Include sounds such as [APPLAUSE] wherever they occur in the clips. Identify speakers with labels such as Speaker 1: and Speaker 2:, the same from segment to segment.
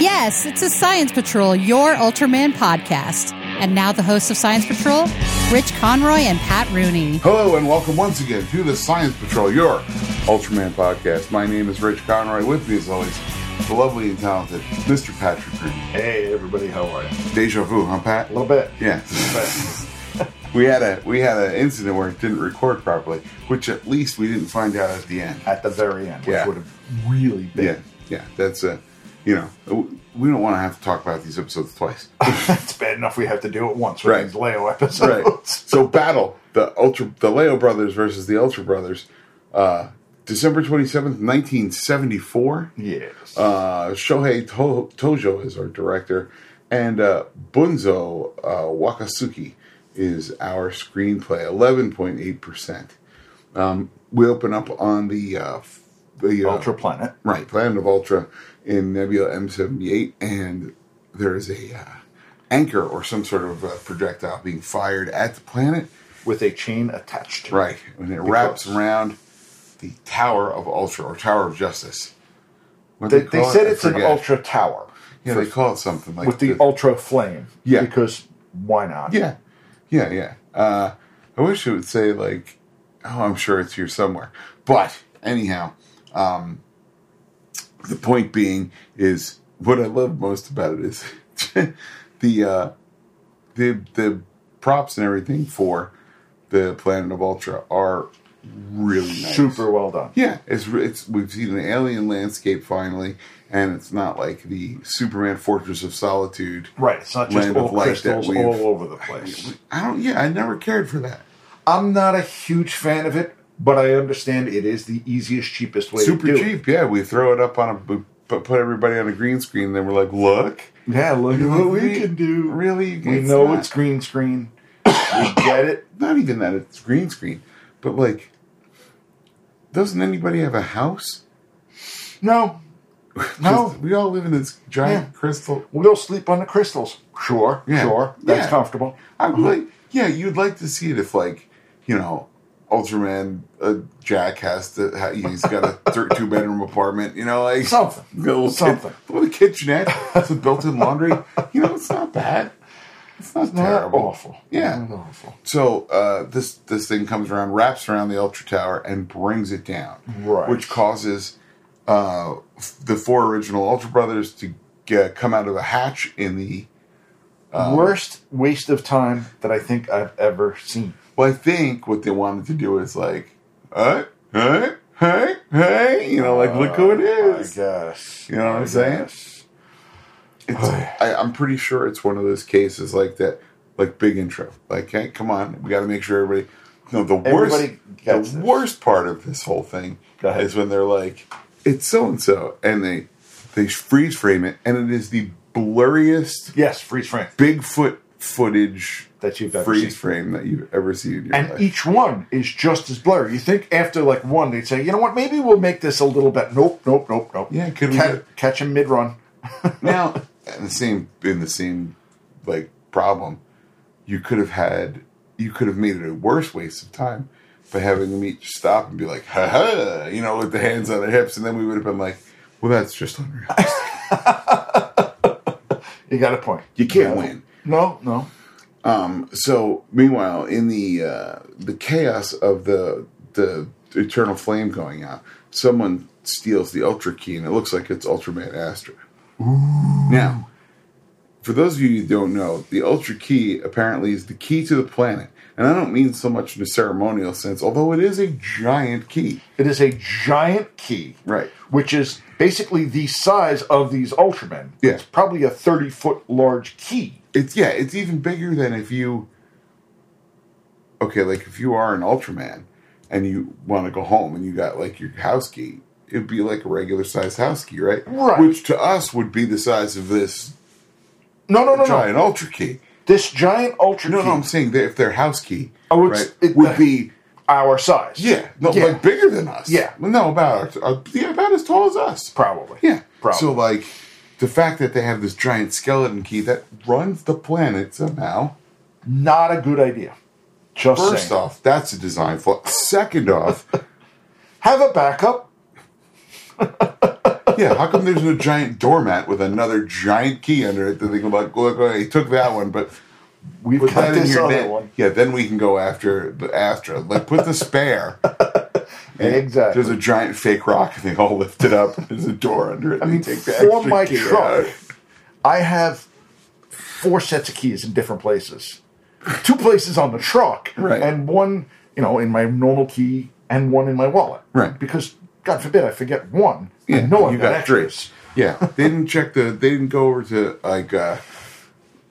Speaker 1: Yes, it's a Science Patrol, your Ultraman podcast. And now the hosts of Science Patrol, Rich Conroy and Pat Rooney.
Speaker 2: Hello and welcome once again to the Science Patrol, your Ultraman podcast. My name is Rich Conroy. With me, as always, the lovely and talented Mr. Patrick Green.
Speaker 3: Hey everybody, how are you?
Speaker 2: Deja vu, huh, Pat?
Speaker 3: A little bit.
Speaker 2: Yeah.
Speaker 3: But
Speaker 2: We had a we had an incident where it didn't record properly, which at least we didn't find out at the end.
Speaker 3: at the very end, which
Speaker 2: Yeah.
Speaker 3: would have really been.
Speaker 2: Yeah, yeah. That's a, you know, w- we don't want to have to talk about these episodes twice.
Speaker 3: [LAUGHS] it's bad enough we have to do it once with
Speaker 2: Right.
Speaker 3: these Leo
Speaker 2: right.
Speaker 3: episodes. [LAUGHS]
Speaker 2: So battle the ultra the Leo brothers versus the Ultra brothers, uh, December twenty seventh, nineteen seventy four.
Speaker 3: Yes.
Speaker 2: Uh, Shohei to- Tojo is our director, and uh, Bunzo uh, Wakasuki is our screenplay. Eleven point eight percent. Um, We open up on the uh, f- the uh,
Speaker 3: Ultra Planet.
Speaker 2: Right, Planet of Ultra in Nebula M78, and there is a uh, anchor or some sort of uh, projectile being fired at the planet.
Speaker 3: With a chain attached.
Speaker 2: Right, and it wraps around the Tower of Ultra or Tower of Justice. What
Speaker 3: They, they
Speaker 2: call it,
Speaker 3: said
Speaker 2: I
Speaker 3: it's an
Speaker 2: forget.
Speaker 3: ultra tower.
Speaker 2: Yeah, they call it something like
Speaker 3: With the ultra flame.
Speaker 2: Yeah.
Speaker 3: Because why not?
Speaker 2: Yeah, yeah, yeah. Uh, I wish it would say like, oh, I'm sure it's here somewhere. But anyhow, um, the point being is what I love most about it is [LAUGHS] the uh, the the props and everything for the Planet of Ultra are really nice.
Speaker 3: Super well done.
Speaker 2: Yeah, it's it's we've seen an alien landscape finally, and it's not like the Superman Fortress of Solitude.
Speaker 3: Right. It's not just
Speaker 2: Land of
Speaker 3: all
Speaker 2: light that
Speaker 3: crystals
Speaker 2: we've-
Speaker 3: all over
Speaker 2: [LAUGHS]
Speaker 3: the place.
Speaker 2: I don't. Yeah, I never cared for that.
Speaker 3: I'm not a huge fan of it, but I understand it is the easiest, cheapest way
Speaker 2: super
Speaker 3: to do it.
Speaker 2: cheap. Yeah, we throw it up on a we put put everybody on a green screen. Then we're like, look,
Speaker 3: Yeah, look at what we can do.
Speaker 2: Really,
Speaker 3: We know
Speaker 2: not,
Speaker 3: it's green screen. We get it.
Speaker 2: not even that it's green screen, but like, doesn't anybody have a house?
Speaker 3: [LAUGHS] No, no.
Speaker 2: Just- we all live in this giant
Speaker 3: Yeah.
Speaker 2: crystal.
Speaker 3: We'll sleep on the crystals. Sure,
Speaker 2: Yeah.
Speaker 3: sure. That's
Speaker 2: Yeah.
Speaker 3: comfortable.
Speaker 2: I would like, yeah, you'd like to see it if like, you know, Ultraman uh, Jack has to. Ha, he's got a thir- two bedroom apartment. You know, like
Speaker 3: Something.
Speaker 2: a little
Speaker 3: Something.
Speaker 2: Kit- little kitchenette, some built in laundry. You know, it's not bad. It's not
Speaker 3: Not
Speaker 2: terrible.
Speaker 3: awful.
Speaker 2: Yeah.
Speaker 3: Not awful.
Speaker 2: So uh, this this thing comes around, wraps around the ultra tower, and brings it down,
Speaker 3: Right.
Speaker 2: which causes uh, f- the four original Ultra Brothers to get, come out of a hatch in the.
Speaker 3: Um, Worst waste of time that I think I've ever seen.
Speaker 2: Well, I think what they wanted to do is like, hey, hey, hey, hey, you know, like look who it is.
Speaker 3: Oh, I guess.
Speaker 2: You know what I'm saying? It's, I, I'm pretty sure it's one of those cases like that, like big intro. Like, hey, come on, we got to make sure everybody. No, the worst,
Speaker 3: Everybody
Speaker 2: the
Speaker 3: gets this.
Speaker 2: worst part of this whole thing
Speaker 3: Go ahead.
Speaker 2: is when they're like, "It's so and so," and they they freeze frame it, and it is the blurriest
Speaker 3: Yes, freeze frame.
Speaker 2: Bigfoot footage
Speaker 3: That you've ever
Speaker 2: freeze
Speaker 3: seen.
Speaker 2: frame that you've ever seen in your
Speaker 3: And
Speaker 2: life.
Speaker 3: each one is just as blurry. You think after like one, they'd say, you know what, maybe we'll make this a little bit. Nope, nope, nope, nope.
Speaker 2: Yeah, could we
Speaker 3: Ca-
Speaker 2: do-
Speaker 3: catch him mid run.
Speaker 2: now, in the same in the same like problem, you could have had you could have made it a worse waste of time by having them each stop and be like, ha ha, you know, with the hands on their hips, and then we would have been like, well, that's just unreal.
Speaker 3: You got a point.
Speaker 2: You can't win.
Speaker 3: No, no.
Speaker 2: So, meanwhile, in the uh, the chaos of the the eternal flame going out, someone steals the ultra key, and it looks like it's Ultraman Astra. Now, for those of you who don't know, the ultra key apparently is the key to the planet, and I don't mean so much in a ceremonial sense, although it is a giant key.
Speaker 3: It is a giant key.
Speaker 2: Right.
Speaker 3: Which is basically the size of these Ultramen.
Speaker 2: Yeah.
Speaker 3: It's probably a 30 foot large key.
Speaker 2: It's yeah, it's even bigger than if you. Okay, like if you are an Ultraman and you want to go home and you got like your house key, it'd be like a regular sized house key, right?
Speaker 3: Right.
Speaker 2: Which to us would be the size of this
Speaker 3: No, no, no, no.
Speaker 2: giant Ultra key.
Speaker 3: This giant Ultra
Speaker 2: No,
Speaker 3: key,
Speaker 2: no, I'm saying that if their house key
Speaker 3: Oh, it's-
Speaker 2: right,
Speaker 3: it-
Speaker 2: would be
Speaker 3: our size.
Speaker 2: yeah, no,
Speaker 3: Yeah.
Speaker 2: like bigger than us.
Speaker 3: Yeah.
Speaker 2: Well, no, about uh, yeah, about as tall as us.
Speaker 3: Probably.
Speaker 2: Yeah.
Speaker 3: Probably.
Speaker 2: So like the fact that they have this giant skeleton key that runs the planet somehow.
Speaker 3: Not a good idea. Just
Speaker 2: First
Speaker 3: saying.
Speaker 2: off, that's a design flaw. Second off,
Speaker 3: Have a backup.
Speaker 2: Yeah, how come there's no giant doormat with another giant key under it that they go like, look, look, he took that one, but
Speaker 3: We've
Speaker 2: put
Speaker 3: got
Speaker 2: that in
Speaker 3: this
Speaker 2: here.
Speaker 3: other
Speaker 2: then-
Speaker 3: one.
Speaker 2: Yeah, then we can go after the after. Like put the spare. And
Speaker 3: Exactly.
Speaker 2: There's a giant fake rock and they all lift it up. There's a door under it. I
Speaker 3: mean, for my truck, I have four sets of keys in different places. Two places on the truck,
Speaker 2: Right.
Speaker 3: and one, you know, in my normal key, and one in my wallet,
Speaker 2: Right.
Speaker 3: Because God forbid I forget one. I
Speaker 2: Yeah,
Speaker 3: know I've
Speaker 2: you got three.
Speaker 3: extras.
Speaker 2: Yeah, they didn't check the. They didn't go over to like uh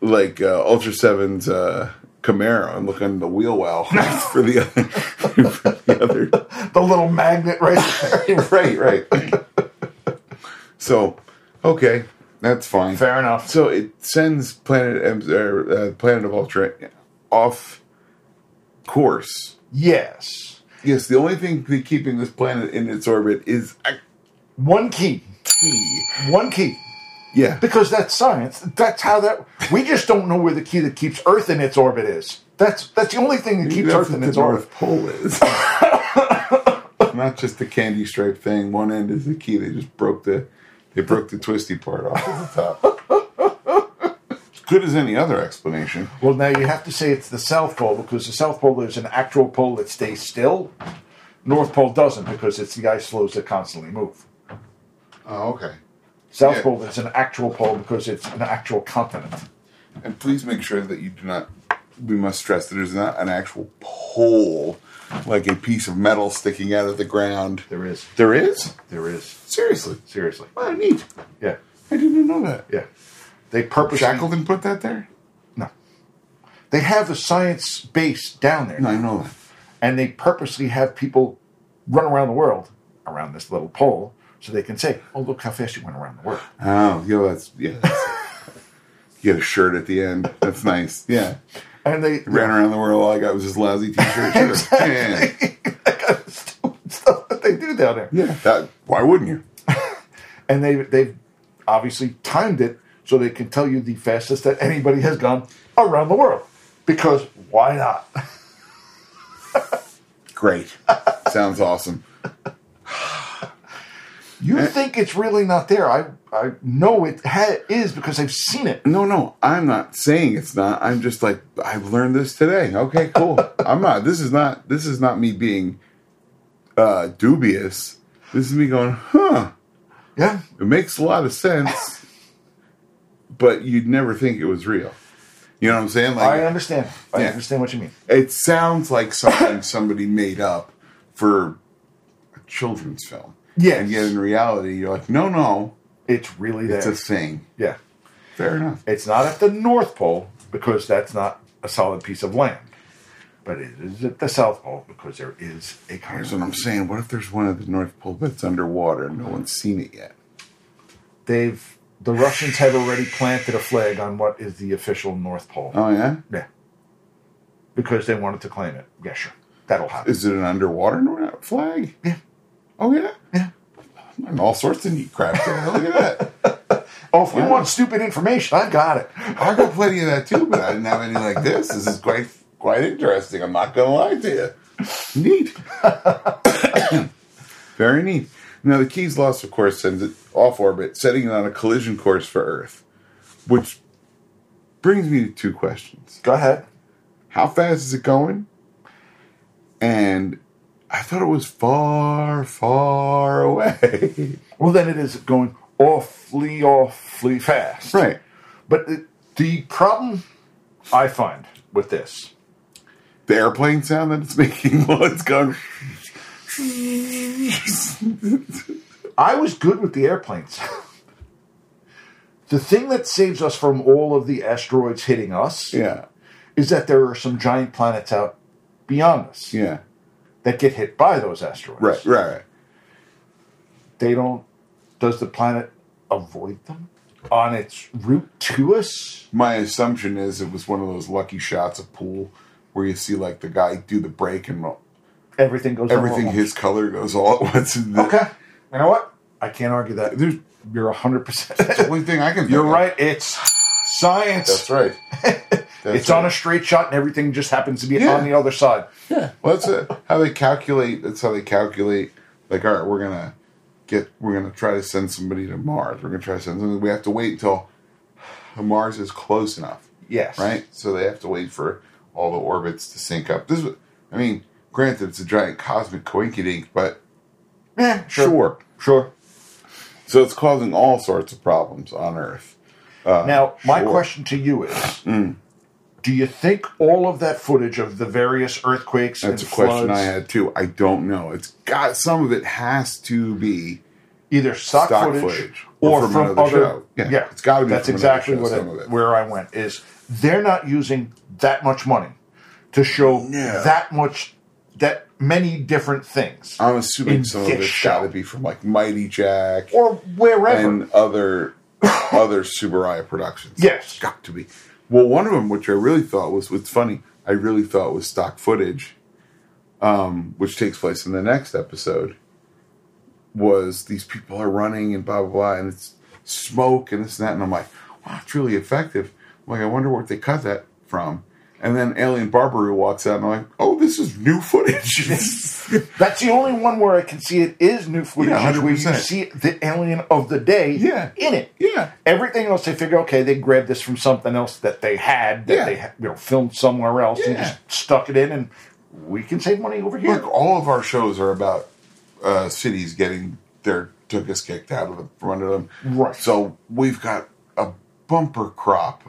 Speaker 2: like uh, Ultra Seven's uh, Camaro and look under the wheel well [LAUGHS] for the other. for the other
Speaker 3: The little magnet
Speaker 2: [LAUGHS]
Speaker 3: right there.
Speaker 2: right, right. [LAUGHS] so, okay, that's fine.
Speaker 3: Fair enough.
Speaker 2: So it sends Planet M- uh, uh, Planet of Ultra off course.
Speaker 3: Yes,
Speaker 2: Yes, the only thing that keeping this planet in its orbit is a
Speaker 3: one key,
Speaker 2: key.
Speaker 3: one key.
Speaker 2: [LAUGHS] Yeah,
Speaker 3: Because that's science. That's how that. We just don't know where the key that keeps Earth in its orbit is. That's that's the only thing that keeps
Speaker 2: That's
Speaker 3: Earth in
Speaker 2: what
Speaker 3: its
Speaker 2: the
Speaker 3: orbit.
Speaker 2: North Pole is. [LAUGHS] Not just the candy stripe thing. One end is the key. They just broke the they broke the twisty part off at the [LAUGHS] top. Good as any other explanation.
Speaker 3: Well, now you have to say it's the South Pole because the South Pole there's an actual pole that stays still. North Pole doesn't because it's the ice floes that constantly move.
Speaker 2: Oh, okay.
Speaker 3: South
Speaker 2: Yeah.
Speaker 3: Pole there's an actual pole because it's an actual continent.
Speaker 2: And please make sure that you do not. We must stress that there's not an actual pole, like a piece of metal sticking out of the ground.
Speaker 3: There is.
Speaker 2: There is.
Speaker 3: There is.
Speaker 2: Seriously.
Speaker 3: Seriously.
Speaker 2: Wow, neat.
Speaker 3: Yeah.
Speaker 2: I didn't know that.
Speaker 3: Yeah. They purposely
Speaker 2: Shackleton put that there.
Speaker 3: no. They have the science base down there,
Speaker 2: No, I know that.
Speaker 3: and they purposely have people run around the world around this little pole so they can say, "Oh, look how fast you went around the world."
Speaker 2: Oh, yeah, that's yeah. that's- you get a shirt at the end. That's nice. Yeah,
Speaker 3: And they [LAUGHS]
Speaker 2: ran around the world. All I got was this lousy T-shirt. Sure. Yeah, yeah,
Speaker 3: stuff that they do down there.
Speaker 2: yeah. That, why wouldn't you?
Speaker 3: and they they've obviously timed it so they can tell you the fastest that anybody has gone around the world. Because why not? [LAUGHS]
Speaker 2: Great. Sounds awesome.
Speaker 3: You
Speaker 2: Eh.
Speaker 3: think it's really not there? I I know it ha- is because I've seen it.
Speaker 2: No, no, I'm not saying it's not. I'm just like I've learned this today. Okay, cool. I'm not. This is not. This is not me being uh, dubious. This is me going, huh?
Speaker 3: Yeah,
Speaker 2: It makes a lot of sense, but you'd never think it was real. You know what I'm saying? Like
Speaker 3: I understand. I
Speaker 2: Yeah.
Speaker 3: understand what you mean.
Speaker 2: It sounds like something somebody made up for a children's film.
Speaker 3: Yes.
Speaker 2: And yet in reality, you're like, no, no,
Speaker 3: It's really there.
Speaker 2: it's a thing.
Speaker 3: yeah,
Speaker 2: Fair enough.
Speaker 3: it's not at the North Pole because that's not a solid piece of land, but it is at the South Pole because there is a
Speaker 2: Here's
Speaker 3: continent.
Speaker 2: what I'm saying. What if there's one at the North Pole that's underwater and no one's seen it yet?
Speaker 3: They've the Russians have already planted a flag on what is the official North Pole.
Speaker 2: Oh, yeah?
Speaker 3: Yeah. Because they wanted to claim it. Yeah, sure. That'll happen.
Speaker 2: Is it an underwater nor- flag?
Speaker 3: Yeah.
Speaker 2: Oh, yeah?
Speaker 3: Yeah.
Speaker 2: I'm in all sorts of neat crap here. Look at that.
Speaker 3: oh, if you want stupid information, I've got it.
Speaker 2: I got plenty of that too, but I didn't have any like this. This is quite quite interesting. I'm not gonna lie to you. Neat. [COUGHS] Very neat. Now the key's loss, of course, sends it off orbit, setting it on a collision course for Earth. Which brings me to two questions.
Speaker 3: Go ahead.
Speaker 2: How fast is it going? And I thought it was far, far away. [LAUGHS]
Speaker 3: Well, then it is going awfully, awfully fast.
Speaker 2: right.
Speaker 3: But the, the problem I find with this,
Speaker 2: the airplane sound that it's [LAUGHS] making while it's going.
Speaker 3: I was good with the airplanes. [LAUGHS] the thing that saves us from all of the asteroids hitting us
Speaker 2: Yeah,
Speaker 3: is that there are some giant planets out beyond us
Speaker 2: yeah,
Speaker 3: that get hit by those asteroids.
Speaker 2: right, right, right.
Speaker 3: they don't does the planet avoid them on its route to us
Speaker 2: My assumption is it was one of those lucky shots of pool where you see like the guy do the break and
Speaker 3: everything goes on
Speaker 2: everything
Speaker 3: roll.
Speaker 2: his color goes all at once. [LAUGHS] And the,
Speaker 3: Oh. okay you know what i can't argue that
Speaker 2: There's
Speaker 3: you're 100%
Speaker 2: the only thing I can. think
Speaker 3: [LAUGHS] you're
Speaker 2: of.
Speaker 3: right it's science
Speaker 2: That's right. That's
Speaker 3: [LAUGHS] it's on a straight shot and everything just happens to be
Speaker 2: Yeah.
Speaker 3: on the other side
Speaker 2: Well, that's uh how they calculate. That's how they calculate. Like, all right, we're gonna get we're gonna try to send somebody to Mars. We're gonna try to send somebody. We have to wait until Mars is close enough,
Speaker 3: Yes.
Speaker 2: right? So they have to wait for all the orbits to sync up. This, was, I mean, granted, it's a giant cosmic coinkydink, but
Speaker 3: Yeah, sure.
Speaker 2: sure.
Speaker 3: Sure.
Speaker 2: So it's causing all sorts of problems on Earth.
Speaker 3: Now, my
Speaker 2: sure. Mm.
Speaker 3: question to you is Do you think all of that footage of the various earthquakes
Speaker 2: That's
Speaker 3: and
Speaker 2: a question
Speaker 3: floods,
Speaker 2: I had too. I don't know. It's got some of it has to be
Speaker 3: either stock,
Speaker 2: stock
Speaker 3: footage,
Speaker 2: footage
Speaker 3: or,
Speaker 2: or
Speaker 3: from,
Speaker 2: from another
Speaker 3: other
Speaker 2: show.
Speaker 3: Yeah,
Speaker 2: Yeah, it's gotta be
Speaker 3: That's
Speaker 2: from another
Speaker 3: exactly
Speaker 2: show,
Speaker 3: what I,
Speaker 2: some of it.
Speaker 3: where I went is they're not using that much money to show
Speaker 2: No.
Speaker 3: that much that many different things
Speaker 2: I'm assuming
Speaker 3: In
Speaker 2: some of
Speaker 3: this
Speaker 2: it's
Speaker 3: show.
Speaker 2: got to be from like Mighty Jack
Speaker 3: or wherever.
Speaker 2: and other [COUGHS] other Subaraya productions.
Speaker 3: Yes.
Speaker 2: it's got to be. Well, one of them, which I really thought was was funny, I really thought was stock footage, um, which takes place in the next episode. Was these people are running and blah blah blah, and it's smoke and this and that, and I'm like, wow, it's really effective. I'm like, I wonder where they cut that from. And then Alien Barbary walks out, and I'm like, oh, this is new footage. [LAUGHS]
Speaker 3: That's the only one where I can see it is new footage
Speaker 2: Yeah,
Speaker 3: is where you
Speaker 2: 100%.
Speaker 3: see the alien of the day
Speaker 2: Yeah.
Speaker 3: in it.
Speaker 2: yeah.
Speaker 3: Everything else, they figure, okay, they grabbed this from something else that they had that
Speaker 2: Yeah.
Speaker 3: they had, you know filmed somewhere else and
Speaker 2: Yeah.
Speaker 3: just stuck it in, and we can save money over here.
Speaker 2: Look, all of our shows are about uh, cities getting their tukas kicked out of the, from under them.
Speaker 3: Right.
Speaker 2: So we've got a bumper crop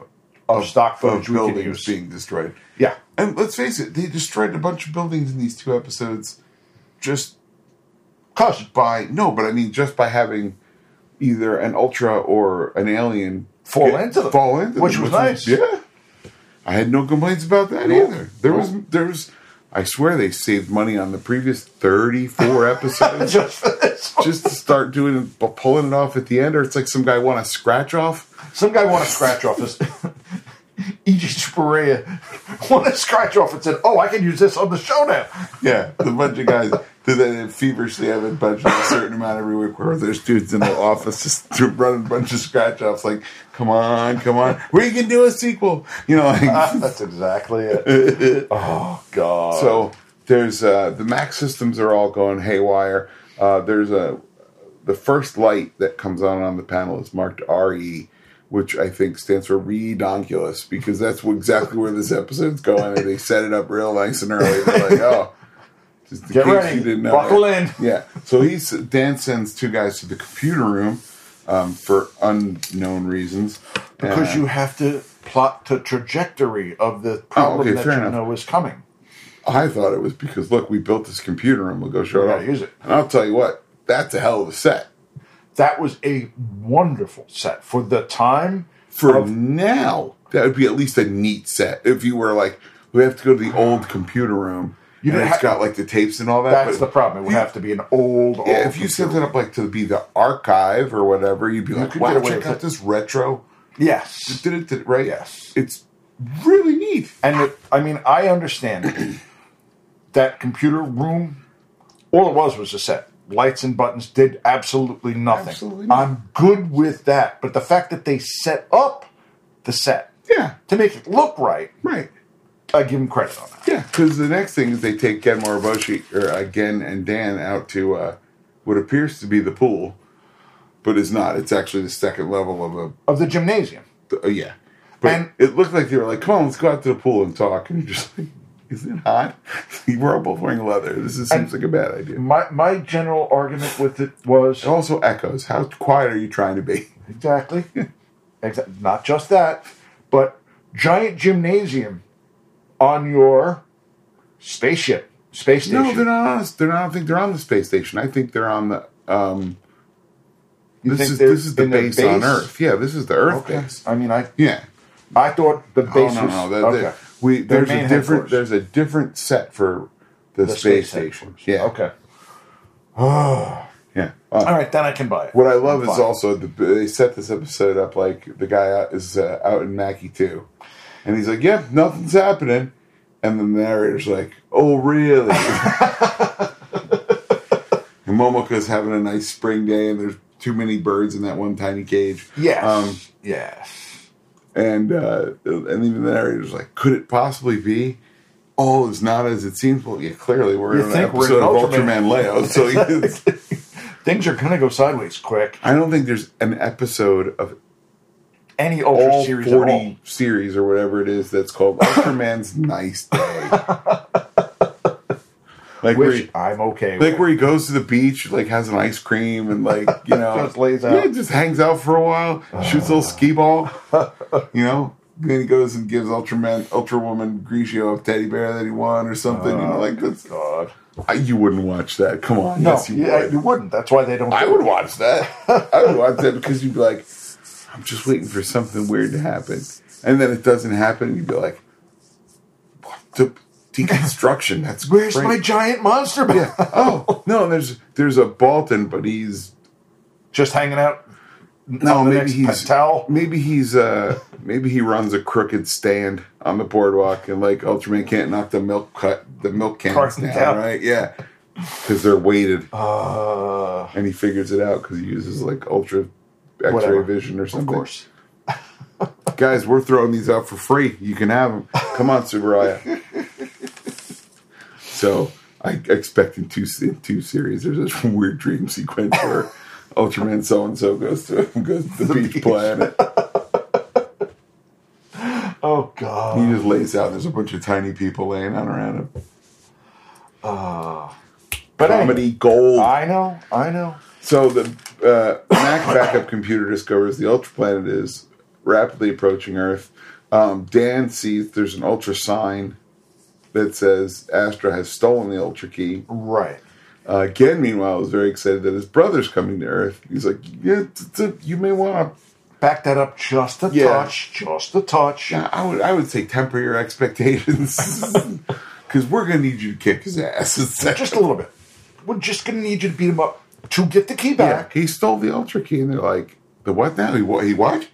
Speaker 3: Of stock
Speaker 2: of
Speaker 3: footage we can
Speaker 2: buildings
Speaker 3: use.
Speaker 2: being destroyed.
Speaker 3: yeah,
Speaker 2: And let's face it, they destroyed a bunch of buildings in these two episodes just
Speaker 3: cause [LAUGHS]
Speaker 2: by no, but I mean just by having either an ultra or an alien
Speaker 3: Fall
Speaker 2: get-
Speaker 3: into them.
Speaker 2: fall into
Speaker 3: Which
Speaker 2: them,
Speaker 3: was nice.
Speaker 2: yeah, I had no complaints about that
Speaker 3: No.
Speaker 2: either. There was there was I swear they saved money on the previous thirty four
Speaker 3: [LAUGHS]
Speaker 2: episodes
Speaker 3: just for this.
Speaker 2: just to start doing it, but pulling it off at the end, or it's like some guy won a scratch off.
Speaker 3: Some guy won a scratch off his. [LAUGHS] E.G. Chuperea won a scratch off and said, "Oh, I can use this on the show now." [LAUGHS]
Speaker 2: Yeah, a bunch of guys that they feverishly have a bunch of a certain amount every week where there's dudes in the office just [LAUGHS] to running a bunch of scratch offs. Like, come on, come on, we can do a sequel. You know, like,
Speaker 3: [LAUGHS] That's exactly it.
Speaker 2: [LAUGHS]
Speaker 3: oh God!
Speaker 2: So there's uh, the Mac systems are all going haywire. Uh, there's a the first light that comes on on the panel is marked RE, which I think stands for redonkulous because that's what- exactly where this episode's going. And they set it up real nice and early. They're like, oh. Just in
Speaker 3: Get
Speaker 2: case
Speaker 3: ready.
Speaker 2: you didn't know
Speaker 3: Buckle
Speaker 2: it.
Speaker 3: in.
Speaker 2: Yeah. So he's Dan sends two guys to the computer room um, for unknown reasons.
Speaker 3: because
Speaker 2: Uh,
Speaker 3: you have to plot the trajectory of the problem
Speaker 2: Oh, okay,
Speaker 3: that you
Speaker 2: fair enough.
Speaker 3: know is coming.
Speaker 2: I thought it was because look, we built this computer and we'll go show it
Speaker 3: Yeah,
Speaker 2: off.
Speaker 3: use it.
Speaker 2: And I'll tell you what, that's a hell of a set.
Speaker 3: That was a wonderful set for the time.
Speaker 2: For now, that would be at least a neat set. If you were like, we have to go to the old computer room.
Speaker 3: You
Speaker 2: You know,
Speaker 3: didn't
Speaker 2: it's
Speaker 3: have-
Speaker 2: got like the tapes and all that.
Speaker 3: That's
Speaker 2: but
Speaker 3: the problem. It would
Speaker 2: you-
Speaker 3: have to be an old. old
Speaker 2: Yeah, if you set that up like to be the archive or whatever, you'd be like,
Speaker 3: could
Speaker 2: wow,
Speaker 3: get away
Speaker 2: check
Speaker 3: with
Speaker 2: out
Speaker 3: it.
Speaker 2: this retro.
Speaker 3: yes,
Speaker 2: Did it, did it right?
Speaker 3: Yes.
Speaker 2: It's really neat.
Speaker 3: and it, I mean, I understand [CLEARS THROAT] that computer room. All it was was a set. Lights and buttons did absolutely nothing.
Speaker 2: Absolutely nothing.
Speaker 3: I'm good with that, but the fact that they set up the set
Speaker 2: Yeah,
Speaker 3: to make it look right,
Speaker 2: right.
Speaker 3: I give them credit on that.
Speaker 2: Yeah, because the next thing is they take Gen Moriboshi or uh, Gen and Dan out to uh, what appears to be the pool, but is not. It's actually the second level of
Speaker 3: Of the gymnasium,
Speaker 2: a uh, yeah. But
Speaker 3: And-
Speaker 2: it looked like they were like, "Come on, let's go out to the pool and talk." And you're just like, "Isn't it hot? [LAUGHS] we're all both wearing leather. This is, seems like a bad idea."
Speaker 3: my my general argument with it was
Speaker 2: It also echoes. How quiet are you trying to be?
Speaker 3: Exactly. [LAUGHS] exactly. Not just that, but giant gymnasium on your spaceship, space station.
Speaker 2: No, they're not on. They're not. I don't think they're on the space station. I think they're on the. Um,
Speaker 3: You
Speaker 2: this
Speaker 3: think
Speaker 2: is
Speaker 3: they're
Speaker 2: this is the
Speaker 3: in their
Speaker 2: base, on
Speaker 3: base?
Speaker 2: Earth. Yeah, this is the Earth
Speaker 3: Okay.
Speaker 2: base.
Speaker 3: I mean, I
Speaker 2: Yeah.
Speaker 3: I thought the base
Speaker 2: oh, no,
Speaker 3: was
Speaker 2: no, that-
Speaker 3: okay.
Speaker 2: that- we
Speaker 3: Their
Speaker 2: there's
Speaker 3: main
Speaker 2: a different
Speaker 3: headquarters.
Speaker 2: there's a different set for the,
Speaker 3: The
Speaker 2: space, station.
Speaker 3: headquarters.
Speaker 2: Yeah,
Speaker 3: Okay.
Speaker 2: yeah. Uh,
Speaker 3: All right, then I can buy it.
Speaker 2: what I love is
Speaker 3: Fine.
Speaker 2: also the, they set this episode up like the guy out, is uh, out in Mackey too, and he's like, "Yep, nothing's happening," and the narrator's like, "Oh,
Speaker 3: [LAUGHS]
Speaker 2: really?" and Momoko's having a nice spring day, and there's too many birds in that one tiny cage.
Speaker 3: Yes.
Speaker 2: Um,
Speaker 3: yes.
Speaker 2: and uh, and even the narrator's like, could it possibly be? Oh, it's not as it seems. Well, yeah, clearly we're
Speaker 3: You
Speaker 2: in an
Speaker 3: think we're
Speaker 2: episode
Speaker 3: in
Speaker 2: of
Speaker 3: [LAUGHS] Ultraman.
Speaker 2: Ultraman Leo, so you-
Speaker 3: Things are going to go sideways quick.
Speaker 2: I don't think there's an episode of
Speaker 3: Any Ultra
Speaker 2: all
Speaker 3: series at all.
Speaker 2: 40 series or whatever it is that's called
Speaker 3: [LAUGHS]
Speaker 2: Ultraman's Nice Day. like, where
Speaker 3: Which
Speaker 2: he,
Speaker 3: I'm okay
Speaker 2: like
Speaker 3: with.
Speaker 2: where he goes to the beach, like has an ice cream and like,
Speaker 3: [LAUGHS]
Speaker 2: you know,
Speaker 3: Just lays
Speaker 2: Yeah,
Speaker 3: out.
Speaker 2: just hangs out for a while, shoots a little skee ball, you know. Then he goes and gives Ultraman, Ultra Woman Grigio a teddy bear that he won or something. you know, like that's
Speaker 3: God.
Speaker 2: I, you wouldn't watch that. Come on,
Speaker 3: Oh, No,
Speaker 2: yes, you
Speaker 3: yeah,
Speaker 2: would.
Speaker 3: you wouldn't. That's why they don't.
Speaker 2: I
Speaker 3: do
Speaker 2: would
Speaker 3: it.
Speaker 2: watch that. I would watch that because you'd be like, I'm just waiting for something weird to happen. And then it doesn't happen, and you'd be like, what the deconstruction? That's
Speaker 3: Where's
Speaker 2: great.
Speaker 3: my giant monster?
Speaker 2: Yeah. [LAUGHS] Oh, no, there's there's a Bolton, but he's
Speaker 3: Just hanging out.
Speaker 2: no,
Speaker 3: on the
Speaker 2: maybe
Speaker 3: next
Speaker 2: he's
Speaker 3: towel.
Speaker 2: maybe he's uh maybe he runs a crooked stand on the boardwalk and like Ultraman can't knock the milk cut the milk cans
Speaker 3: Carton
Speaker 2: down,
Speaker 3: down.
Speaker 2: right? Yeah, because they're weighted,
Speaker 3: Uh,
Speaker 2: and he figures it out because he uses like ultra X-ray
Speaker 3: Whatever.
Speaker 2: vision or
Speaker 3: of
Speaker 2: something.
Speaker 3: course.
Speaker 2: [LAUGHS] Guys, we're throwing these out for free. You can have them. Come on,
Speaker 3: [LAUGHS]
Speaker 2: Subaraya. so I expect in two in two series, there's this [LAUGHS] weird dream sequence where Ultraman so and so goes to [LAUGHS] goes to the, beach, planet.
Speaker 3: Oh God.
Speaker 2: He just lays out. There's a bunch of tiny people laying out around him.
Speaker 3: Uh, but anyway,
Speaker 2: Comedy gold.
Speaker 3: I know. I know.
Speaker 2: So the uh, Mac backup computer discovers the Ultra Planet is rapidly approaching Earth. Um, Dan sees there's an Ultra sign that says Astra has stolen the Ultra Key.
Speaker 3: Right.
Speaker 2: Uh, Gen, meanwhile, is very excited that his brother's coming to Earth. He's like, "Yeah, t- t- you may want to."
Speaker 3: Back that up just a
Speaker 2: Yeah.
Speaker 3: touch. Just a touch.
Speaker 2: Yeah, I would, I would say temper your expectations [LAUGHS] because we're gonna need you to kick his ass. [LAUGHS]
Speaker 3: Just a little bit. We're just gonna need you to beat him up to get the key
Speaker 2: yeah,
Speaker 3: back.
Speaker 2: he stole the Ultra Key, and they're like, "The what now? He what? He what?"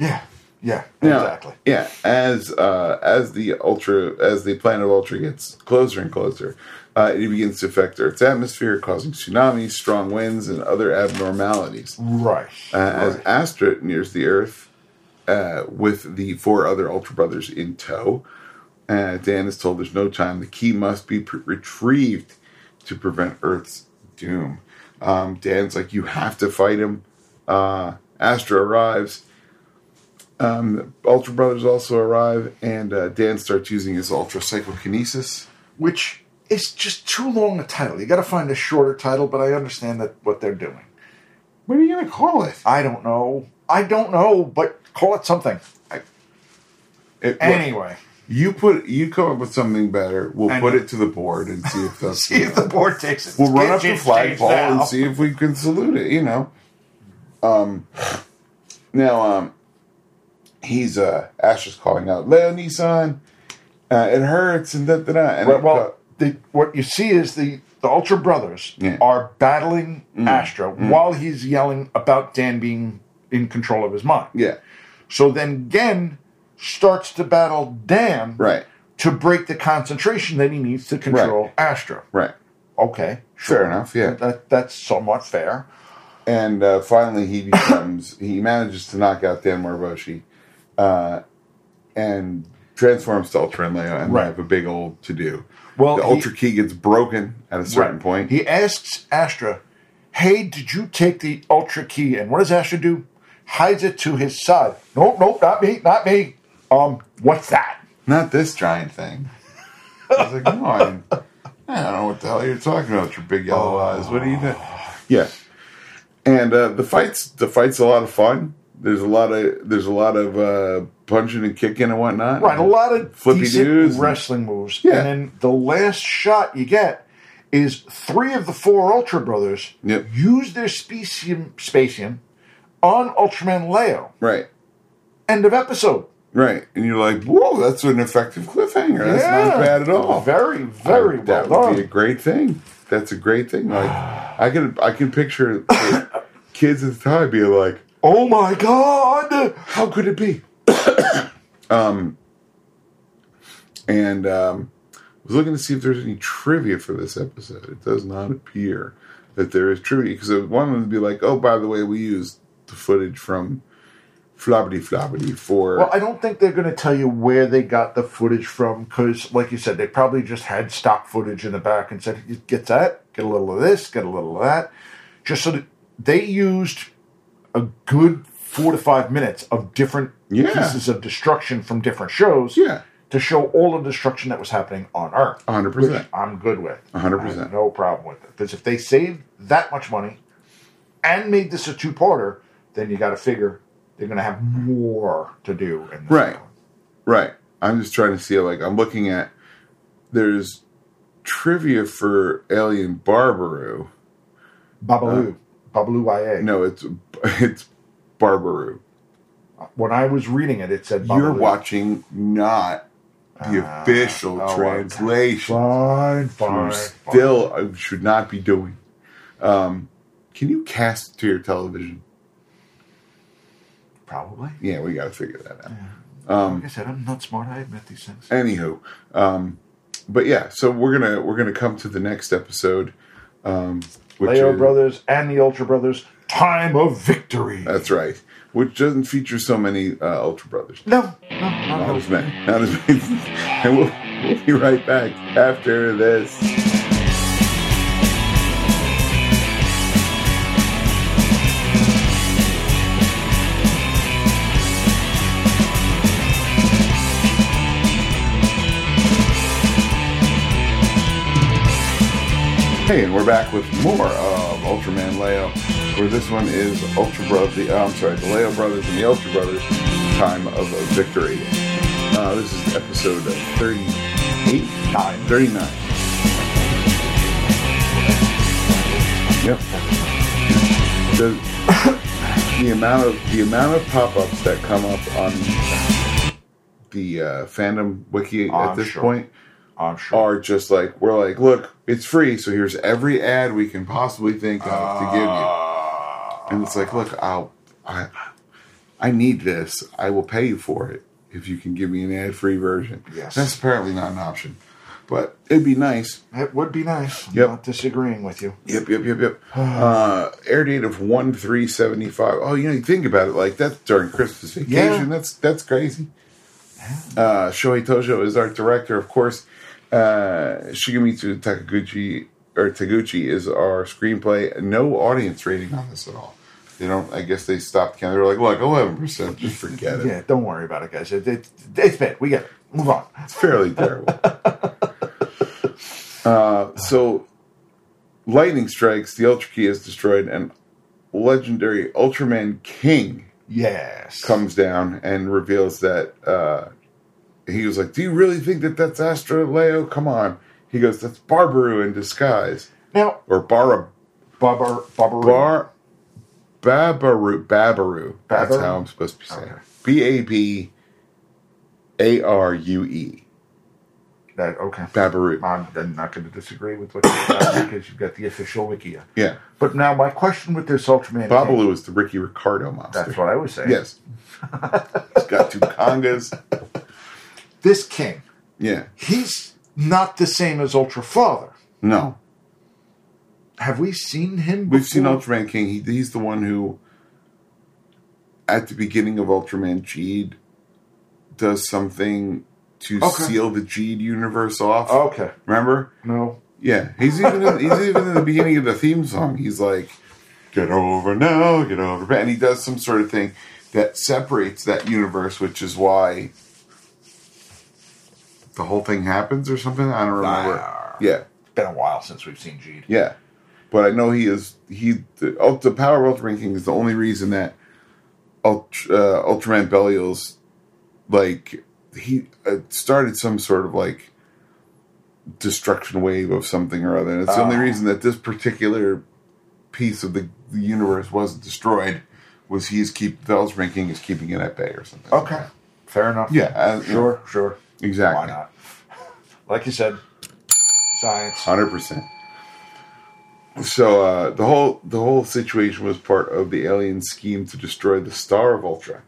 Speaker 3: Yeah. Yeah.
Speaker 2: Now-
Speaker 3: Exactly.
Speaker 2: Yeah. As uh, as the ultra as the planet of ultra gets closer and closer, uh, it begins to affect Earth's atmosphere, causing tsunamis, strong winds, and other abnormalities.
Speaker 3: Right.
Speaker 2: Uh, As Astra nears the Earth, uh, with the four other Ultra Brothers in tow, uh, Dan is told there's no time. The key must be pr- retrieved to prevent Earth's doom. Um, Dan's like, you have to fight him. Uh, Astra arrives. Um, Ultra Brothers also arrive, and uh, Dan starts using his Ultra Psychokinesis.
Speaker 3: Which is just too long a title. You got to find a shorter title. But I understand that what they're doing.
Speaker 2: What are you going to call it?
Speaker 3: I don't know. I don't know. But call it something.
Speaker 2: It-
Speaker 3: Anyway.
Speaker 2: you put you come up with something better. We'll
Speaker 3: I
Speaker 2: put
Speaker 3: know.
Speaker 2: it to the board and see if that's
Speaker 3: [LAUGHS] See if the board takes it.
Speaker 2: We'll run
Speaker 3: Can't
Speaker 2: up the
Speaker 3: change- change
Speaker 2: flagpole
Speaker 3: now.
Speaker 2: and see if we can salute it. You know. Um. Now, um, he's uh, Ash is calling out Leonie-san. Uh, it hurts and da da da. And
Speaker 3: Well,
Speaker 2: it
Speaker 3: well the, what you see is the, the Ultra Brothers
Speaker 2: Yeah.
Speaker 3: are battling Astro while he's yelling about Dan being in control of his mind.
Speaker 2: yeah,
Speaker 3: So then Gen starts to battle Dan
Speaker 2: right,
Speaker 3: to break the concentration that he needs to control Astro.
Speaker 2: right.
Speaker 3: Okay,
Speaker 2: Fair enough. Yeah.
Speaker 3: that, that's somewhat fair.
Speaker 2: and uh, finally he becomes [COUGHS] he manages to knock out Dan Marboshi, uh, and transforms to Ultra and Leo, and
Speaker 3: Right.
Speaker 2: they have a big old to do.
Speaker 3: Well,
Speaker 2: the
Speaker 3: he-
Speaker 2: Ultra Key gets broken at a certain point.
Speaker 3: He asks Astra, "Hey, did you take the Ultra Key?" And what does Astra do? Hides it to his side. Nope, nope, not me, not me. Um, what's that?
Speaker 2: Not this giant thing. I was like, no, I, I don't know what the hell you're talking about. with Your big yellow eyes. What are you doing? Oh. Yeah. And uh, the fights, the fights, a lot of fun. There's a lot of there's a lot of uh, punching and kicking and whatnot.
Speaker 3: Right, a lot of
Speaker 2: Flippy
Speaker 3: decent
Speaker 2: doos.
Speaker 3: wrestling moves.
Speaker 2: Yeah.
Speaker 3: And then the last shot you get is three of the four Ultra Brothers
Speaker 2: Yep.
Speaker 3: use their specium, spacium on Ultraman Leo.
Speaker 2: Right,
Speaker 3: End of episode.
Speaker 2: right. And you're like, whoa, that's an effective cliffhanger. That's not bad at all.
Speaker 3: Very, very well
Speaker 2: that
Speaker 3: done.
Speaker 2: would be a great thing. That's a great thing. Like, I can I can [COUGHS] picture kids at the time being like,
Speaker 3: oh my God!
Speaker 2: How could it be? um, and um, I was looking to see if there's any trivia for this episode. It does not appear that there is trivia because I wanted to be like, oh, by the way, we used the footage from Flobbity Flobbity for
Speaker 3: Well, I don't think they're going to tell you where they got the footage from because, like you said, they probably just had stock footage in the back and said, get that, get a little of this, get a little of that. just so that they used a good four to five minutes of different
Speaker 2: Yeah.
Speaker 3: pieces of destruction from different shows
Speaker 2: Yeah.
Speaker 3: to show all the destruction that was happening on Earth.
Speaker 2: 100%.
Speaker 3: which I'm good with.
Speaker 2: 100%.
Speaker 3: I have no problem with it. Because if they saved that much money and made this a two parter, then you got to figure they're going to have more to do. In the
Speaker 2: Right.
Speaker 3: second one.
Speaker 2: Right. I'm just trying to see, like, I'm looking at there's trivia for Alien Barbaroo.
Speaker 3: Babalu. Babalu YA.
Speaker 2: Uh, No, it's it's Barbaroo.
Speaker 3: When I was reading it, it said Babalu.
Speaker 2: You're watching not the
Speaker 3: Ah,
Speaker 2: official
Speaker 3: oh, okay.
Speaker 2: translation.
Speaker 3: Fine,
Speaker 2: We're
Speaker 3: fine. fine.
Speaker 2: still I should not be doing. Um, can you cast to your television?
Speaker 3: Probably.
Speaker 2: Yeah, we got to figure that out.
Speaker 3: like I said, I'm not smart. I admit these things.
Speaker 2: Anywho, um, but yeah, so we're gonna we're gonna come to the next episode. Um, which
Speaker 3: Leo
Speaker 2: is-
Speaker 3: Brothers and the Ultra Brothers, time of victory.
Speaker 2: That's right. Which doesn't feature so many uh, Ultra Brothers.
Speaker 3: no, no, no,
Speaker 2: Not
Speaker 3: no.
Speaker 2: as many. Not as many. [LAUGHS] and we'll, we'll be right back after this. Hey, and we're back with more of Ultraman Leo, where this one is Ultra Brothers, the, oh, I'm sorry, the Leo Brothers and the Ultra Brothers, Time of Victory. Uh, this is episode 38?
Speaker 3: Nine.
Speaker 2: 39. Yep. The, the amount of the amount of pop-ups that come up on the uh, fandom wiki
Speaker 3: I'm
Speaker 2: at this
Speaker 3: sure.
Speaker 2: point
Speaker 3: I'm sure.
Speaker 2: are just like we're like, look, it's free, so here's every ad we can possibly think of to give you.
Speaker 3: Uh,
Speaker 2: And it's like, look, I'll I I need this. I will pay you for it if you can give me an ad free version.
Speaker 3: Yes.
Speaker 2: That's apparently not an option. But it'd be nice.
Speaker 3: it would be nice. I'm
Speaker 2: Yep.
Speaker 3: not disagreeing with you.
Speaker 2: Yep, yep, yep, yep. uh air date of one three seventy five. Oh, you know, you think about it, like that's during Christmas vacation.
Speaker 3: Yeah.
Speaker 2: That's that's crazy. Uh Shohei Tojo is art director, of course. Uh Shigemitsu Takaguchi or Taguchi is our screenplay. No audience rating on this at all. They don't I guess they stopped counting. They were like, look, eleven percent, just forget it.
Speaker 3: Yeah, don't worry about it, guys. It, it, it's bad. We get it. Move on.
Speaker 2: It's fairly
Speaker 3: [LAUGHS]
Speaker 2: terrible. uh, so, lightning strikes, the Ultra Key is destroyed, and legendary Ultraman King
Speaker 3: Yes.
Speaker 2: comes down and reveals that uh, he was like, Do you really think that that's Astro Leo? Come on. He goes, That's Barbaru in disguise.
Speaker 3: Now,
Speaker 2: Or Bara,
Speaker 3: Bubber, Bubber.
Speaker 2: Bar, Babaru, Babaru. That's
Speaker 3: Babaru?
Speaker 2: how I'm supposed to be saying
Speaker 3: Okay.
Speaker 2: it. B A B A R U E.
Speaker 3: That, okay.
Speaker 2: Babaru.
Speaker 3: I'm, I'm not going to disagree with what you said because you've got the official wiki.
Speaker 2: Yeah.
Speaker 3: But now, my question with this Ultraman. thing-
Speaker 2: Babalu is the Ricky Ricardo monster.
Speaker 3: That's what I was saying. [LAUGHS]
Speaker 2: Yes. He's got two congas.
Speaker 3: This king,
Speaker 2: Yeah.
Speaker 3: he's not the same as Ultra Father.
Speaker 2: No.
Speaker 3: Have we seen him?
Speaker 2: We've seen
Speaker 3: before?
Speaker 2: Ultraman King. He, he's the one who, at the beginning of Ultraman Geed, does something to
Speaker 3: Okay. Oh.
Speaker 2: seal the Geed universe off.
Speaker 3: Okay.
Speaker 2: Remember?
Speaker 3: No.
Speaker 2: Yeah. He's even in, he's even in the beginning of the theme song. He's like, "Get over now, get over," back." and he does some sort of thing that separates that universe, which is why the whole thing happens or something. I don't remember.
Speaker 3: Ah.
Speaker 2: Yeah.
Speaker 3: Been a while since we've seen Jeed.
Speaker 2: Yeah, but I know he is he the, Ult- the power of Ultraman King is the only reason that Ultra, uh, Ultraman Belial's like he uh, started some sort of like destruction wave of something or other, and it's the only
Speaker 3: Ah.
Speaker 2: reason that this particular piece of the, the universe wasn't destroyed was he's keep the Ultraman King is keeping it at bay or something. like
Speaker 3: Okay.
Speaker 2: that.
Speaker 3: Fair enough.
Speaker 2: Yeah, uh,
Speaker 3: Sure, sure. Why
Speaker 2: exactly,
Speaker 3: not? Like you said, science.
Speaker 2: hundred percent. So uh, the whole the whole situation was part of the alien scheme to destroy the star of Ultra,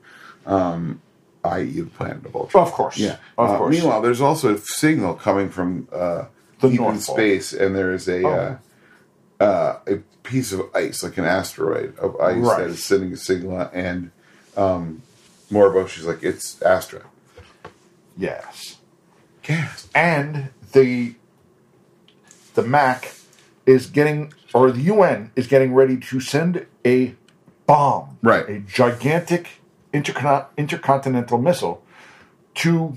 Speaker 2: um, i.e., the planet of Ultra.
Speaker 3: Of course.
Speaker 2: Yeah,
Speaker 3: Of
Speaker 2: Uh,
Speaker 3: course.
Speaker 2: Meanwhile, there's also a signal coming from uh,
Speaker 3: The
Speaker 2: deep in
Speaker 3: North Pole.
Speaker 2: space, and there is a
Speaker 3: Oh.
Speaker 2: uh, uh, a piece of ice, like an asteroid of ice, that
Speaker 3: Right.
Speaker 2: is sending a signal. out, And um, Morbo, she's like, "It's Astra."
Speaker 3: Yes.
Speaker 2: Yes.
Speaker 3: And the the Mac is getting or the UN is getting ready to send a bomb,
Speaker 2: Right.
Speaker 3: A gigantic intercon- intercontinental missile to uh,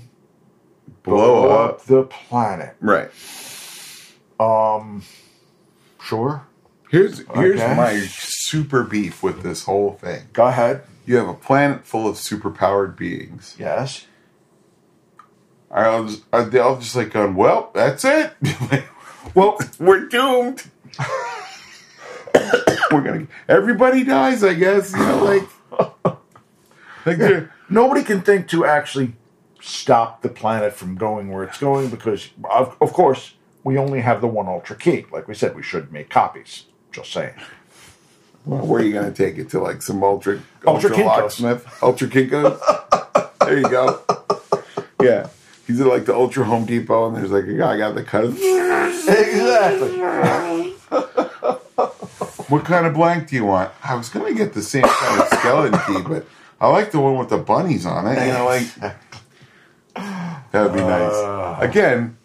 Speaker 2: Blow up.
Speaker 3: the planet.
Speaker 2: Right.
Speaker 3: Sure,
Speaker 2: Here's here's
Speaker 3: Okay.
Speaker 2: my super beef with this whole thing.
Speaker 3: go ahead.
Speaker 2: You have a planet full of superpowered beings.
Speaker 3: Yes.
Speaker 2: I'll just, are they all just like going, well, that's it. [LAUGHS] Like,
Speaker 3: Well,
Speaker 2: We're doomed. [COUGHS] We're gonna. Everybody dies, I guess. You know, like, [LAUGHS] like they're-
Speaker 3: nobody can think to actually stop the planet from going where it's going because, of, of course, we only have the one ultra key. Like we said, we should make copies. Just saying.
Speaker 2: well, where are you gonna take it to? Like some ultra ultra,
Speaker 3: Ultra Kinkos.
Speaker 2: locksmith, ultra Kinko. there you [LAUGHS] go. Yeah, he's at like the ultra Home Depot, and there's like a guy got the cut.
Speaker 3: Exactly.
Speaker 2: What kind of blank do you want? I was gonna get the same kind of skeleton key, but I like the one with the bunnies on it. You know, like [LAUGHS] that would be
Speaker 3: Uh.
Speaker 2: nice. Again,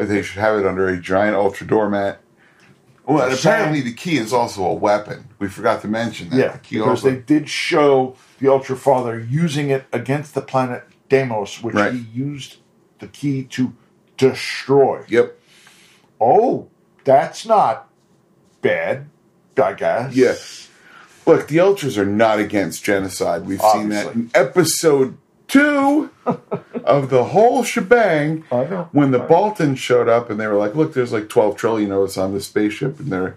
Speaker 2: they should have it under a giant ultra doormat. Well, and apparently the key is also a weapon. We forgot to mention that.
Speaker 3: Yeah,
Speaker 2: the key
Speaker 3: because
Speaker 2: also.
Speaker 3: they did show the Ultra Father using it against the planet Deimos, which
Speaker 2: Right.
Speaker 3: he used the key to destroy.
Speaker 2: yep.
Speaker 3: Oh, that's not bad, I guess.
Speaker 2: Yeah. Look, the ultras are not against genocide. We've seen that
Speaker 3: Obviously.
Speaker 2: in episode
Speaker 3: [LAUGHS]
Speaker 2: two of the whole shebang.
Speaker 3: I know.
Speaker 2: When the Baltans showed up and they were like, "Look, there's like 12 trillion of us on this spaceship," and they're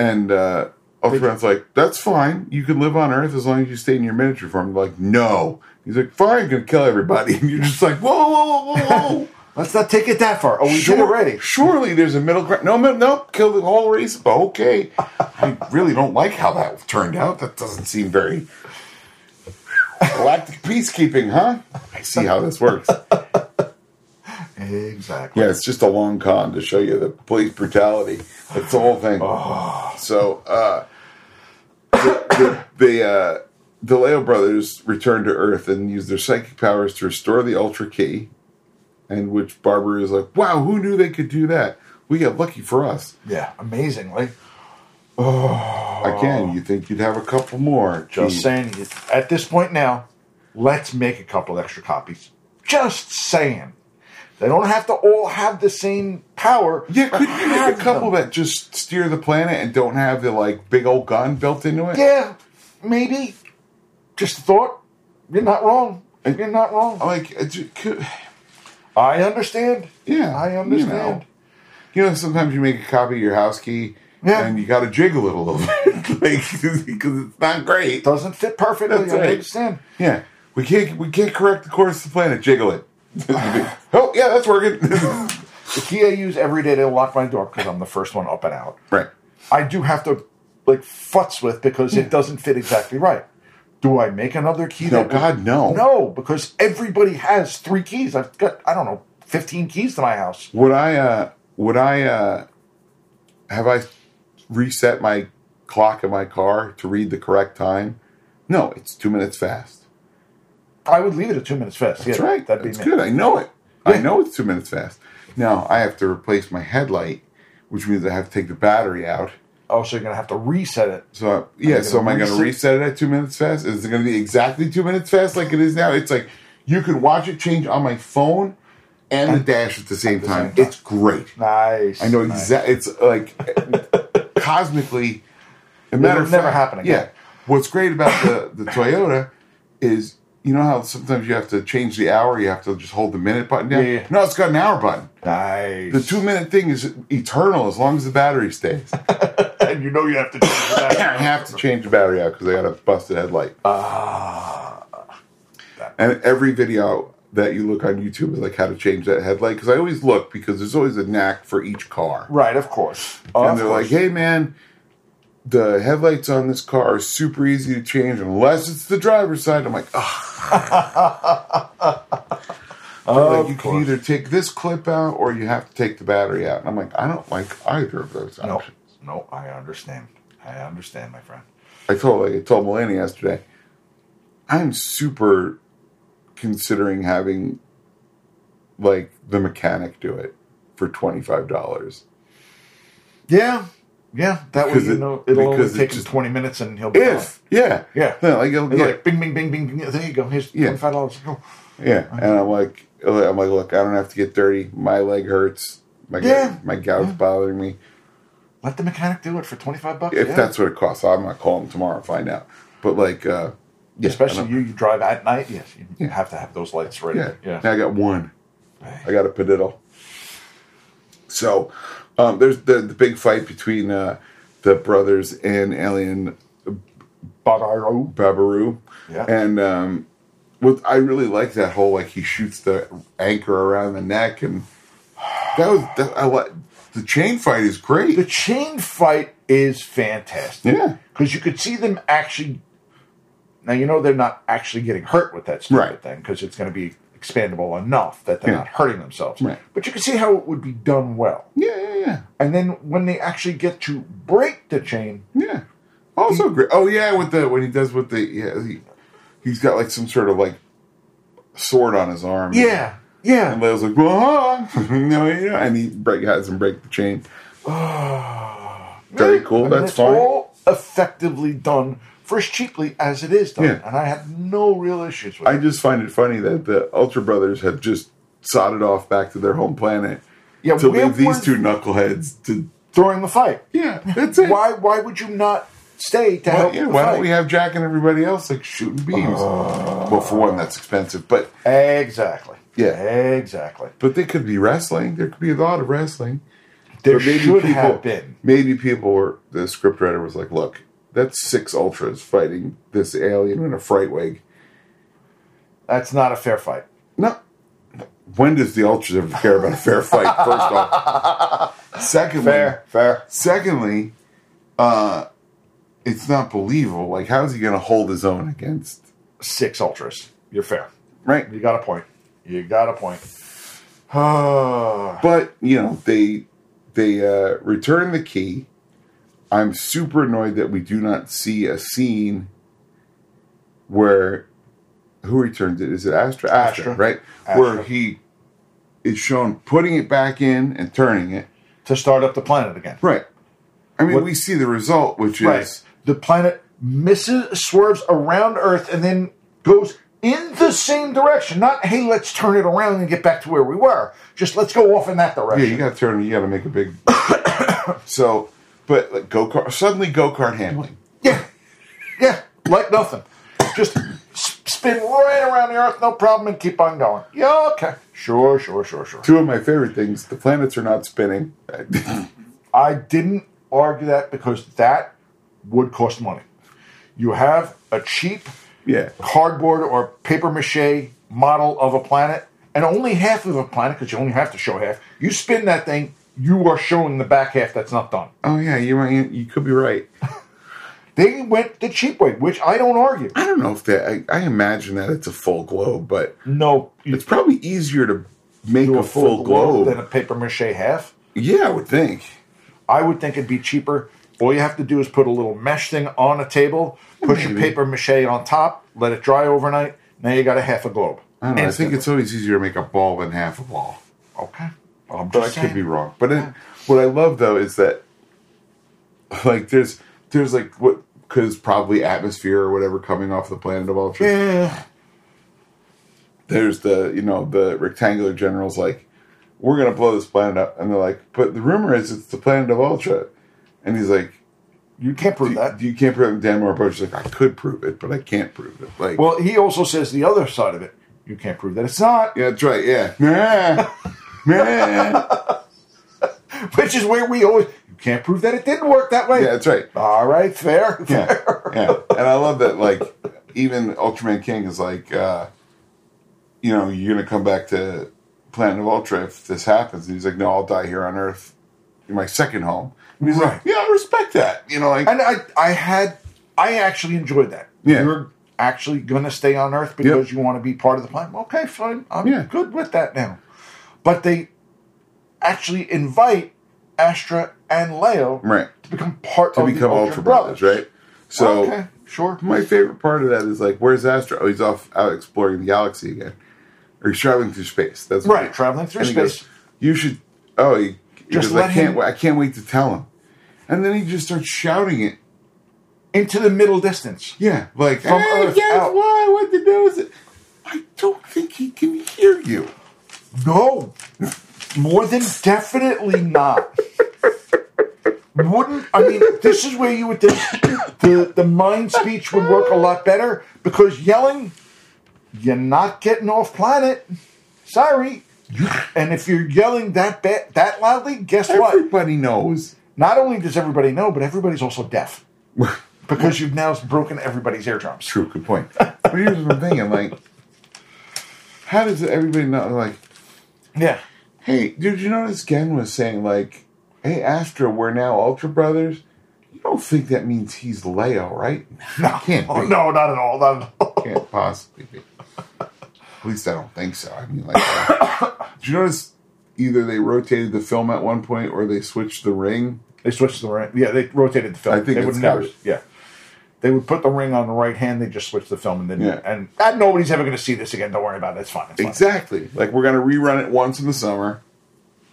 Speaker 2: and uh, Ultraman's like, "That's fine. You can live on Earth as long as you stay in your miniature form." They're like, "No." He's like, "Fine, I'm gonna kill everybody." [LAUGHS] And you're just like, "Whoa, whoa, whoa, whoa,
Speaker 3: [LAUGHS]
Speaker 2: whoa!"
Speaker 3: Let's not take it that far. Oh, we did already.
Speaker 2: Surely there's a middle ground. No, no, no, kill the whole race, but okay. I really don't like how that turned out. That doesn't seem very galactic peacekeeping, huh? I see how this works.
Speaker 3: Exactly.
Speaker 2: Yeah, it's just a long con to show you the police brutality. That's the whole thing.
Speaker 3: Oh.
Speaker 2: So, uh, the, the, the, uh, the Leo brothers returned to Earth and used their psychic powers to restore the Ultra Key. And which Barbara is like, wow, who knew they could do that? We got lucky for us.
Speaker 3: Yeah, amazingly.
Speaker 2: Again, you think you'd have a couple more.
Speaker 3: Oh. Just
Speaker 2: Gee.
Speaker 3: saying, at this point now, let's make a couple extra copies. Just saying. They don't have to all have the same power.
Speaker 2: Yeah, could
Speaker 3: but
Speaker 2: you make
Speaker 3: have
Speaker 2: a couple
Speaker 3: them.
Speaker 2: that just steer the planet and don't have the like big old gun built into it?
Speaker 3: Yeah, maybe. Just a thought. You're not wrong. You're not wrong.
Speaker 2: Like, it ju- could,
Speaker 3: I understand.
Speaker 2: yeah,
Speaker 3: I
Speaker 2: you know.
Speaker 3: understand.
Speaker 2: You know, sometimes you make a copy of your house key,
Speaker 3: Yeah.
Speaker 2: and you got to jiggle it a little bit, [LAUGHS] like because it's not great.
Speaker 3: Doesn't fit perfectly.
Speaker 2: That's
Speaker 3: I
Speaker 2: right.
Speaker 3: understand.
Speaker 2: Yeah, we can't we can't correct the course of the planet. Jiggle [SIGHS] it. oh yeah, that's [LAUGHS] working.
Speaker 3: The key I use every day to lock my door because I'm the first one up and out.
Speaker 2: right.
Speaker 3: I do have to like futz with because it doesn't fit exactly right. Do I make another key?
Speaker 2: No,
Speaker 3: that will-
Speaker 2: God, no.
Speaker 3: No, because everybody has three keys. I've got I don't know fifteen keys to my house.
Speaker 2: Would I? uh Would I? uh Have I reset my clock in my car to read the correct time? No, it's two minutes fast.
Speaker 3: I would leave it at two minutes fast.
Speaker 2: That's right.
Speaker 3: That'd be
Speaker 2: That's
Speaker 3: me.
Speaker 2: good. I know it. I know it's two minutes fast. Now I have to replace my headlight, which means I have to take the battery out.
Speaker 3: Oh, so you're gonna have to reset it.
Speaker 2: So uh, yeah, so am I going
Speaker 3: reset-
Speaker 2: to reset it at two minutes fast? Is it going to be exactly two minutes fast like it is now? It's like you can watch it change on my phone and the dash at the same
Speaker 3: the
Speaker 2: time.
Speaker 3: same time.
Speaker 2: It's great.
Speaker 3: Nice.
Speaker 2: I know
Speaker 3: nice.
Speaker 2: exactly. It's
Speaker 3: [LAUGHS]
Speaker 2: like cosmically. A matter
Speaker 3: It'll
Speaker 2: of
Speaker 3: never
Speaker 2: fact-
Speaker 3: happen again.
Speaker 2: Yeah. What's great about the the Toyota is you know how sometimes you have to change the hour, you have to just hold the minute button down.
Speaker 3: Yeah, yeah.
Speaker 2: No, it's got an hour button.
Speaker 3: Nice.
Speaker 2: The two minute thing is eternal as long as the battery stays.
Speaker 3: [LAUGHS] and you know you have to
Speaker 2: [LAUGHS]
Speaker 3: do
Speaker 2: I
Speaker 3: that.
Speaker 2: have to change the battery out because I got a busted headlight.
Speaker 3: Ah.
Speaker 2: and every video that you look on YouTube is like how to change that headlight because I always look because there's always a knack for each car.
Speaker 3: right, Oh, of course.
Speaker 2: and they're like, hey man, the headlights on this car are super easy to change unless it's the driver's side. I'm like, oh.
Speaker 3: [LAUGHS]
Speaker 2: like, you can
Speaker 3: course.
Speaker 2: either take this clip out or you have to take the battery out. And I'm like, I don't like either of those
Speaker 3: no,
Speaker 2: options.
Speaker 3: no, I understand. I understand, my friend.
Speaker 2: I told like I told Melanie yesterday, I'm super considering having like the mechanic do it for twenty five dollars.
Speaker 3: Yeah, Yeah, that way
Speaker 2: Because
Speaker 3: you
Speaker 2: it-
Speaker 3: know it'll only
Speaker 2: because it
Speaker 3: take him
Speaker 2: just-
Speaker 3: twenty minutes and he'll be
Speaker 2: If yeah,
Speaker 3: Yeah.
Speaker 2: like it'll
Speaker 3: gone. It's
Speaker 2: get-
Speaker 3: like bing, bing, bing, bing, bing. There you go. Here's
Speaker 2: Yeah.
Speaker 3: twenty five dollars.
Speaker 2: Yeah, and I'm like, I'm like, look, I don't have to get dirty. My leg hurts. My
Speaker 3: Yeah.
Speaker 2: my gout's bothering me.
Speaker 3: Let the mechanic do it for twenty five bucks.
Speaker 2: If
Speaker 3: yeah.
Speaker 2: that's what it costs, I'm gonna call him tomorrow and find out. But like, uh, yeah,
Speaker 3: especially
Speaker 2: I
Speaker 3: you, you drive at night. Yes, you have to have those lights ready.
Speaker 2: don't-
Speaker 3: Yeah,
Speaker 2: yeah. Now I got one. I got a padiddle. So um, there's the the big fight between uh, the brothers and Alien
Speaker 3: Bararo.
Speaker 2: Babaru.
Speaker 3: Yeah.
Speaker 2: And um, what I really like that whole like he shoots the anchor around the neck and that was that, I like the chain fight is
Speaker 3: The
Speaker 2: great.
Speaker 3: chain fight is fantastic.
Speaker 2: Yeah.
Speaker 3: because you could see them actually. Now you know they're not actually getting hurt with that stupid
Speaker 2: Right.
Speaker 3: thing because it's going to be expandable enough that they're
Speaker 2: Yeah.
Speaker 3: not hurting themselves.
Speaker 2: Right.
Speaker 3: But you can see how it would be done well.
Speaker 2: Yeah, yeah, yeah.
Speaker 3: And then when they actually get to break the chain,
Speaker 2: Yeah. Also great. Oh yeah, with the when he does with the yeah, he he's got like some sort of like sword on his arm.
Speaker 3: yeah, yeah,
Speaker 2: And Leo's like, "Whoa." [LAUGHS] no, you know, and he break has him break the chain. Very cool.
Speaker 3: I mean,
Speaker 2: That's
Speaker 3: it's
Speaker 2: fine.
Speaker 3: all effectively done for as cheaply as it is done,
Speaker 2: Yeah.
Speaker 3: and I have no real issues with
Speaker 2: I
Speaker 3: it.
Speaker 2: just find it funny that the Ultra Brothers have just sodded off back to their home planet
Speaker 3: Yeah,
Speaker 2: to
Speaker 3: where
Speaker 2: leave these
Speaker 3: was-
Speaker 2: two knuckleheads to.
Speaker 3: During the fight,
Speaker 2: Yeah, that's it.
Speaker 3: why why would you not stay to
Speaker 2: Why,
Speaker 3: help?
Speaker 2: yeah,
Speaker 3: the
Speaker 2: why don't
Speaker 3: fight?
Speaker 2: we have Jack and everybody else like shooting beams?
Speaker 3: Uh.
Speaker 2: well, for one, that's expensive, but
Speaker 3: Exactly.
Speaker 2: Yeah.
Speaker 3: Exactly.
Speaker 2: but they could be wrestling. There could be a lot of wrestling.
Speaker 3: There
Speaker 2: But maybe
Speaker 3: should
Speaker 2: people-
Speaker 3: have been.
Speaker 2: Maybe people were the scriptwriter was like, "Look, that's six ultras fighting this alien in a fright wig."
Speaker 3: That's not a fair fight.
Speaker 2: No. When does the ultras ever care about a fair fight? First off,
Speaker 3: [LAUGHS]
Speaker 2: secondly,
Speaker 3: Fair.
Speaker 2: Secondly, uh, it's not believable. Like, how is he going to hold his own against
Speaker 3: Six ultras. You're fair.
Speaker 2: right?
Speaker 3: You got a point. You got a point. [SIGHS] Ah.
Speaker 2: But you know, they they uh, return the key. I'm super annoyed that we do not see a scene where who returns it? Is it Astra? Astra,
Speaker 3: Astra.
Speaker 2: right?
Speaker 3: Astra.
Speaker 2: Where he is shown putting it back in and turning it.
Speaker 3: to start up the planet again.
Speaker 2: Right. I mean,
Speaker 3: What-
Speaker 2: we see the result, which is
Speaker 3: Right. The planet misses, swerves around Earth, and then goes in the same direction. Not, hey, let's turn it around and get back to where we were. Just let's go off in that
Speaker 2: Yeah,
Speaker 3: direction.
Speaker 2: you got to turn. You got to make a big. [COUGHS] so, but like go kart suddenly go kart handling.
Speaker 3: Yeah, yeah, like nothing. Just s- spin right around the Earth, no problem, and keep on going. Yeah, okay, sure, sure, sure, sure.
Speaker 2: Two of my favorite things: the planets are not spinning. [LAUGHS]
Speaker 3: I didn't argue that because that would cost money. You have a cheap
Speaker 2: yeah,
Speaker 3: cardboard or paper mache model of a planet, and only half of a planet, because you only have to show half. You spin that thing, you are showing the back half that's not done.
Speaker 2: Oh yeah, you might you could be right.
Speaker 3: They went the cheap way, which I don't argue.
Speaker 2: I don't know if that. I, I imagine that it's a full globe, but
Speaker 3: No, you
Speaker 2: it's probably easier to make
Speaker 3: do
Speaker 2: a full globe.
Speaker 3: than a paper mache half.
Speaker 2: yeah, I would think.
Speaker 3: I would think it'd be cheaper. All you have to do is put a little mesh thing on a table, push a
Speaker 2: Maybe.
Speaker 3: paper mache on top, let it dry overnight. Now you got a half a globe.
Speaker 2: I don't know. I
Speaker 3: Instant.
Speaker 2: think it's always easier to make a ball than half a ball.
Speaker 3: okay. I'm
Speaker 2: but I
Speaker 3: just
Speaker 2: could be
Speaker 3: saying.
Speaker 2: wrong. But it, what I love though is that [LAUGHS] like there's there's like what because probably atmosphere or whatever coming off the planet of Ultra.
Speaker 3: Yeah.
Speaker 2: There's the you know the rectangular generals like we're gonna blow this planet up, and they're like, but the rumor is it's the planet of Ultra, and he's like.
Speaker 3: You can't prove
Speaker 2: You,
Speaker 3: that.
Speaker 2: you can't prove it. Dan Moore Bush is like, I could prove it, but I can't prove it. Like,
Speaker 3: Well, he also says the other side of it. You can't prove that it's not, [LAUGHS]
Speaker 2: yeah, that's right. Yeah, man, man.
Speaker 3: which is where we always. You can't prove that it didn't work that way.
Speaker 2: Yeah, that's right.
Speaker 3: All right, fair.
Speaker 2: yeah, yeah. [LAUGHS] And I love that, like, even Ultraman King is like, uh, you know, you're going to come back to Planet of Ultra if this happens. And he's like, no, I'll die here on Earth, in my second home. And he's
Speaker 3: Right.
Speaker 2: like, yeah, I respect that. You know, like,
Speaker 3: And I, I had, I actually enjoyed that.
Speaker 2: Yeah.
Speaker 3: You're actually going to stay on Earth because you want to be part of the planet. Okay, fine. I'm
Speaker 2: Yeah.
Speaker 3: good with that now. But they actually invite Astra and Leo
Speaker 2: Right.
Speaker 3: to become part
Speaker 2: to
Speaker 3: of
Speaker 2: become
Speaker 3: the
Speaker 2: Ultra, Brothers, right? So,
Speaker 3: okay, sure.
Speaker 2: my favorite part of that is like, where's Astro? Oh, he's off out exploring the galaxy again, or he's traveling through space. That's what
Speaker 3: Right,
Speaker 2: he-
Speaker 3: traveling through
Speaker 2: and he goes,
Speaker 3: space.
Speaker 2: you should. Oh, he, he
Speaker 3: Just
Speaker 2: goes, I
Speaker 3: let
Speaker 2: can't.
Speaker 3: him-
Speaker 2: wa- I can't wait to tell him. And then he just starts shouting it.
Speaker 3: into the middle distance.
Speaker 2: Yeah, like
Speaker 3: From
Speaker 2: "Hey,
Speaker 3: Earth
Speaker 2: guess
Speaker 3: out."
Speaker 2: what? What the hell is it? I don't think he can hear you.
Speaker 3: No, more than definitely not. Wouldn't I mean? This is where you would think the the mind speech would work a lot better because yelling, you're not getting off planet. Sorry, You- and if you're yelling that ba- that loudly, guess what?
Speaker 2: Everybody knows. [LAUGHS]
Speaker 3: Not only does everybody know, but everybody's also deaf because you've now broken everybody's eardrums.
Speaker 2: True, good point. But here's what I'm thinking: like, how does everybody know? Like,
Speaker 3: Yeah,
Speaker 2: hey, did you notice Gen was saying like, "Hey, Astra, we're now Ultra Brothers." You don't think that means he's Leo, right? [LAUGHS] No, can't
Speaker 3: oh,
Speaker 2: be.
Speaker 3: no, not at all, not at all.
Speaker 2: can't possibly be. At least I don't think so. I mean, like, uh, [COUGHS] did you notice either they rotated the film at one point or they switched the ring?
Speaker 3: They switched the ring. Yeah, they rotated the film.
Speaker 2: I think
Speaker 3: they
Speaker 2: it's
Speaker 3: would never.
Speaker 2: got it.
Speaker 3: Yeah, they would put the ring on the right hand. They just switched the film, and then
Speaker 2: Yeah.
Speaker 3: and ah, nobody's ever going to see this again. Don't worry about it. It's fine. It's fine.
Speaker 2: Exactly. Like, we're going to rerun it once in the summer.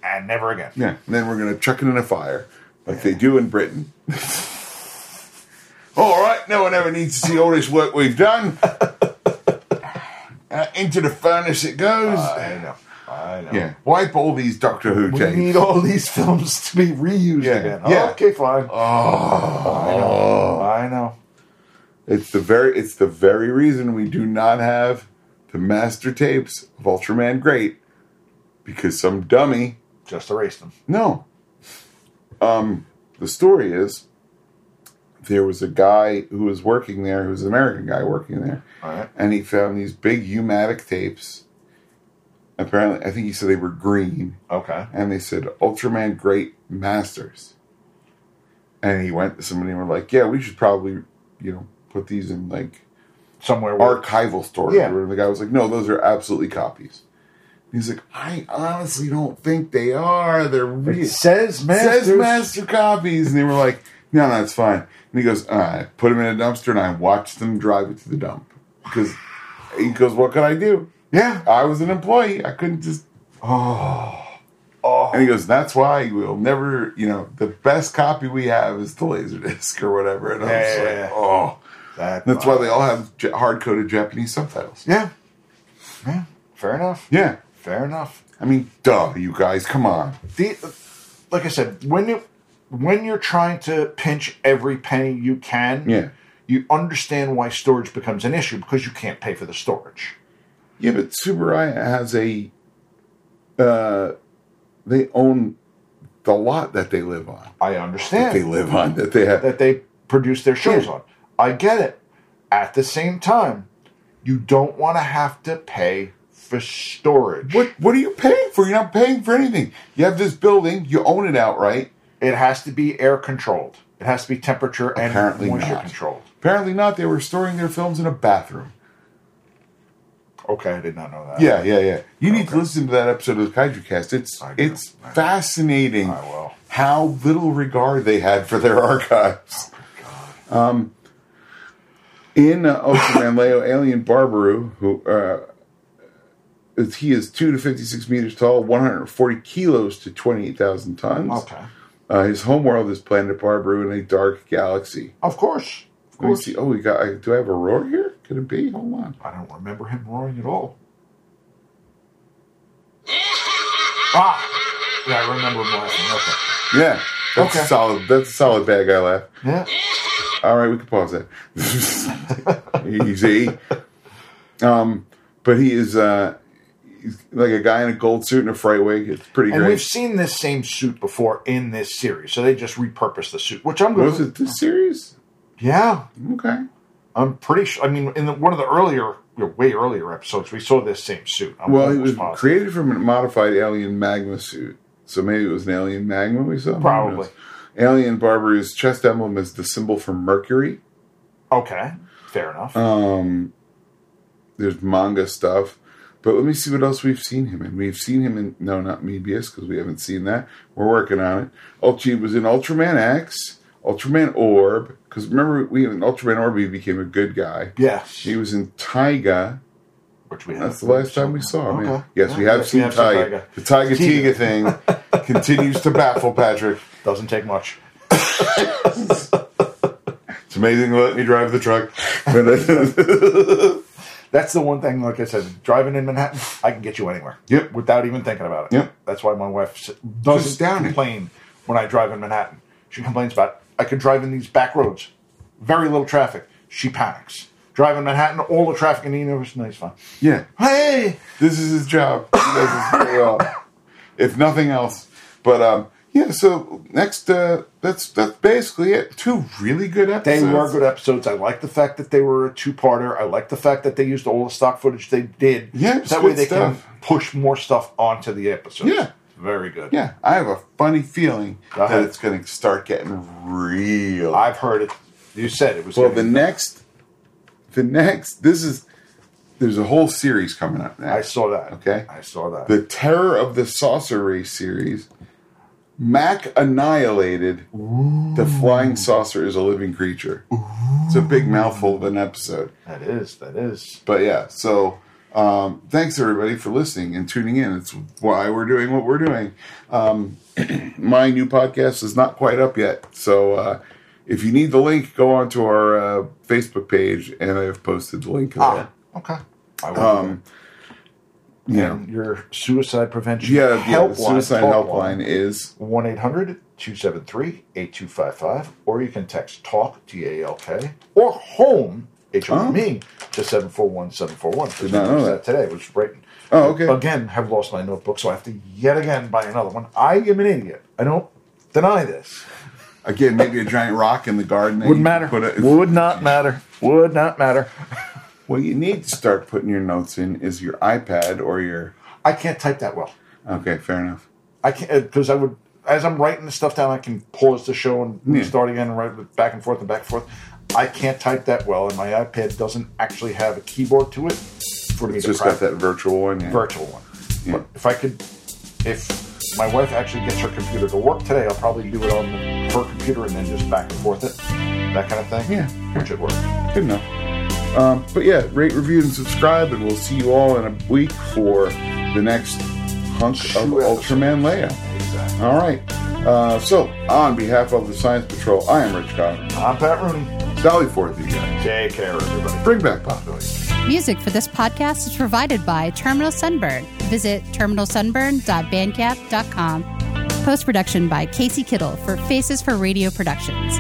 Speaker 3: And never again.
Speaker 2: Yeah. And then we're going to chuck it in a fire like they do in Britain. [LAUGHS] All right. No one ever needs to see all this work we've [LAUGHS] done. Uh, into the furnace it goes.
Speaker 3: I know. I know.
Speaker 2: Uh, yeah. Wipe all these Doctor Who
Speaker 3: We
Speaker 2: tapes.
Speaker 3: need all these films to be reused
Speaker 2: Yeah.
Speaker 3: again.
Speaker 2: Yeah.
Speaker 3: Okay, fine.
Speaker 2: oh.
Speaker 3: I know.
Speaker 2: It's the very it's the very reason we do not have the master tapes of Ultraman Great because some dummy
Speaker 3: Just erase them.
Speaker 2: no. Um the story is there was a guy who was working there, who was an American guy working there,
Speaker 3: All right.
Speaker 2: and he found these big U-matic tapes. Apparently, I think he said they were green,
Speaker 3: Okay.
Speaker 2: and they said Ultraman Great Masters. And he went to somebody and were like, "Yeah, we should probably, you know, put these in like
Speaker 3: Somewhere. Where,
Speaker 2: archival storage.
Speaker 3: Yeah.
Speaker 2: Where the guy was like, no, those are absolutely copies. And he's like, I honestly don't think they are. They're real.
Speaker 3: it says
Speaker 2: It
Speaker 3: masters.
Speaker 2: says master copies. And they were like, no, no, it's fine. And he goes, "All right." I put them in a dumpster and I watched them drive it to the dump. Because he goes, what could I do?
Speaker 3: Yeah.
Speaker 2: I was an employee. I couldn't just.
Speaker 3: Oh.
Speaker 2: And he goes, that's why we'll never, you know, the best copy we have is the [LAUGHS] Laserdisc or whatever. And I was
Speaker 3: Yeah,
Speaker 2: like,
Speaker 3: yeah, yeah.
Speaker 2: oh.
Speaker 3: That,
Speaker 2: That's why they all have j- hard coded Japanese subtitles.
Speaker 3: Yeah. Yeah. Fair enough.
Speaker 2: Yeah.
Speaker 3: Fair enough.
Speaker 2: I mean, duh, you guys, come on.
Speaker 3: the like I said, when you when you're trying to pinch every penny you can,
Speaker 2: Yeah.
Speaker 3: you understand why storage becomes an issue because you can't pay for the storage.
Speaker 2: Yeah, but Subaraya has a. Uh, they own the lot that they live on.
Speaker 3: I
Speaker 2: That they
Speaker 3: understand
Speaker 2: live on. That they have.
Speaker 3: that they produce their shows
Speaker 2: Yeah.
Speaker 3: on. I get it. At the same time, you don't want to have to pay for storage.
Speaker 2: What What are you paying for? You're not paying for anything. You have this building. You own it outright.
Speaker 3: It has to be air controlled. It has to be temperature and
Speaker 2: Apparently
Speaker 3: moisture
Speaker 2: not.
Speaker 3: controlled.
Speaker 2: Apparently not. They were storing their films in a bathroom.
Speaker 3: Okay, I did not know that.
Speaker 2: Yeah, yeah, yeah. You need to listen to that episode of the Kaiju Cast. It's
Speaker 3: I do.
Speaker 2: it's
Speaker 3: I do.
Speaker 2: fascinating
Speaker 3: I will.
Speaker 2: how little regard they had for their [LAUGHS] archives.
Speaker 3: Oh,
Speaker 2: um, in uh,
Speaker 3: [LAUGHS]
Speaker 2: Ultraman Leo, Alien Barbaru, who uh, is- he is two to fifty-six meters tall, one hundred forty kilos to twenty-eight thousand tons.
Speaker 3: Okay.
Speaker 2: Uh, his homeworld is planet Barbaru in a dark galaxy.
Speaker 3: Of course.
Speaker 2: Let
Speaker 3: Of
Speaker 2: me
Speaker 3: course.
Speaker 2: see. Oh, we got. I- Do I have a roar here? Could it be? Hold on.
Speaker 3: I don't remember him roaring at all. [LAUGHS] ah! Yeah, I remember him laughing.
Speaker 2: Yeah, that's
Speaker 3: Okay.
Speaker 2: a solid. That's a solid bad guy laugh.
Speaker 3: Okay. Yeah.
Speaker 2: All right, we can pause [LAUGHS] that. Easy. Um, but he is uh, he's like a guy in a gold suit and a fright wig. It's pretty
Speaker 3: And we've
Speaker 2: great.
Speaker 3: seen this same suit before in this series, so they just repurposed the suit, which I'm going
Speaker 2: Was
Speaker 3: to.
Speaker 2: it this series?
Speaker 3: Yeah,
Speaker 2: Okay.
Speaker 3: I'm pretty sure. I mean, in the, one of the earlier, you know, way earlier episodes, we saw this same suit. I'm
Speaker 2: Well, it
Speaker 3: almost
Speaker 2: was
Speaker 3: positive.
Speaker 2: created from a modified alien magma suit. So maybe it was an alien magma we saw? Who
Speaker 3: Probably.
Speaker 2: knows? Alien Barbaru's chest emblem is the symbol for Mercury.
Speaker 3: Okay, fair enough.
Speaker 2: Um, there's manga stuff, but let me see what else we've seen him in. We've seen him in no, not Mebius because we haven't seen that. We're working on it. Ulchi was in Ultraman X, Ultraman Orb. Because remember, we in Ultraman Orb he became a good guy.
Speaker 3: yes.
Speaker 2: He was in Taiga.
Speaker 3: Which we
Speaker 2: That's the last time we saw him. yeah. Yes, we
Speaker 3: Yeah,
Speaker 2: have seen Taiga. The Taiga [LAUGHS]
Speaker 3: Tiga.
Speaker 2: Tiga thing continues to baffle Patrick.
Speaker 3: Doesn't take much.
Speaker 2: It's amazing they let me drive the [LAUGHS] truck. uh,
Speaker 3: That's the one thing, like I said, driving in Manhattan, I can get you anywhere.
Speaker 2: Yep.
Speaker 3: Without even thinking about it.
Speaker 2: Yep.
Speaker 3: That's why my wife s-
Speaker 2: Just
Speaker 3: doesn't
Speaker 2: astounding.
Speaker 3: complain when I drive in Manhattan. She complains about I could drive in these back roads, very little traffic. She panics. Drive in Manhattan, all the traffic in the universe, nice fun.
Speaker 2: [LAUGHS] yeah,
Speaker 3: Hey,
Speaker 2: this is his job. He does this very well, if nothing else. But um, yeah. So next, uh, that's that's basically it. Two really good
Speaker 3: They
Speaker 2: episodes.
Speaker 3: were good episodes. I like the fact that they were a two-parter. I like the fact that they used all the stock footage they did.
Speaker 2: Yeah, it's
Speaker 3: that way
Speaker 2: good
Speaker 3: they
Speaker 2: stuff.
Speaker 3: can push more stuff onto the episodes.
Speaker 2: Yeah.
Speaker 3: very good.
Speaker 2: Yeah, I have a funny feeling
Speaker 3: Go
Speaker 2: that
Speaker 3: ahead.
Speaker 2: it's going to start getting real.
Speaker 3: I've heard it. You said it was.
Speaker 2: well,
Speaker 3: gonna
Speaker 2: the
Speaker 3: be-
Speaker 2: next, the next. This is there's a whole series coming up
Speaker 3: I
Speaker 2: next.
Speaker 3: saw that.
Speaker 2: Okay.
Speaker 3: I saw that.
Speaker 2: the Terror of the Saucer Race series. Mac annihilated the flying saucer is a living creature. It's a big mouthful of an episode.
Speaker 3: that is. That is.
Speaker 2: But yeah, so um, thanks everybody for listening and tuning in. It's why we're doing what we're doing. Um, [CLEARS THROAT] my new podcast is not quite up yet, so uh, if you need the link, go on to our uh, Facebook page, and I have posted the link.
Speaker 3: Ah,
Speaker 2: there.
Speaker 3: Okay. I will.
Speaker 2: Ah. Um, you know,
Speaker 3: and your suicide prevention
Speaker 2: yeah, yeah, the
Speaker 3: helpline,
Speaker 2: suicide
Speaker 3: talk
Speaker 2: helpline is
Speaker 3: 1-800-273-8255 or you can text talk t-a-l-k or home h-o-m-e E, to 741-741
Speaker 2: Oh. Did not know that.
Speaker 3: today which is right
Speaker 2: Oh, okay.
Speaker 3: again have lost my notebook so i have to yet again buy another one i am an idiot i don't deny this
Speaker 2: again maybe a giant rock in the garden. that you
Speaker 3: wouldn't matter
Speaker 2: put a-
Speaker 3: would not matter would not matter
Speaker 2: what you need to start putting your notes in is your iPad or your.
Speaker 3: i can't type that well
Speaker 2: Okay, fair enough.
Speaker 3: I can't because I would as I'm writing the stuff down, I can pause the show and
Speaker 2: Yeah.
Speaker 3: start again and write it back and forth and back and forth. I can't type that well, and my iPad doesn't actually have a keyboard to it for me
Speaker 2: It's
Speaker 3: to
Speaker 2: just got
Speaker 3: practice
Speaker 2: that virtual one. Yeah.
Speaker 3: virtual one.
Speaker 2: Yeah.
Speaker 3: But if I could, if my wife actually gets her computer to work today, I'll probably do it on her computer and then just back and forth it, that kind of thing.
Speaker 2: Yeah.
Speaker 3: which would work.
Speaker 2: good enough. Um, but yeah, rate, review, and subscribe, and we'll see you all in a week for the next hunk of
Speaker 3: Two episodes.
Speaker 2: Ultraman Leia.
Speaker 3: Exactly.
Speaker 2: All right. Uh, so, on behalf of the Science Patrol, I am Rich Cotter.
Speaker 3: I'm Pat Rooney.
Speaker 2: Sally Forth, you guys.
Speaker 3: Take care, everybody.
Speaker 2: Bring back pop.
Speaker 1: Music for this podcast is provided by Terminal Sunburn. Visit terminalsunburn.bandcamp.com. Post production by Casey Kittle for Faces for Radio Productions.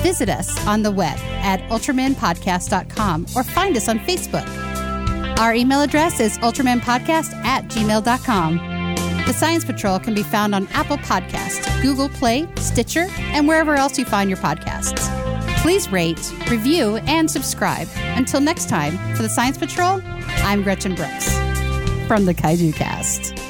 Speaker 1: Visit us on the web at ultramanpodcast.com or find us on Facebook. Our email address is ultramanpodcast at gmail.com. The Science Patrol can be found on Apple Podcasts, Google Play, Stitcher, and wherever else you find your podcasts. Please rate, review, and subscribe. Until next time, for the Science Patrol, I'm Gretchen Brooks from the Kaiju Cast.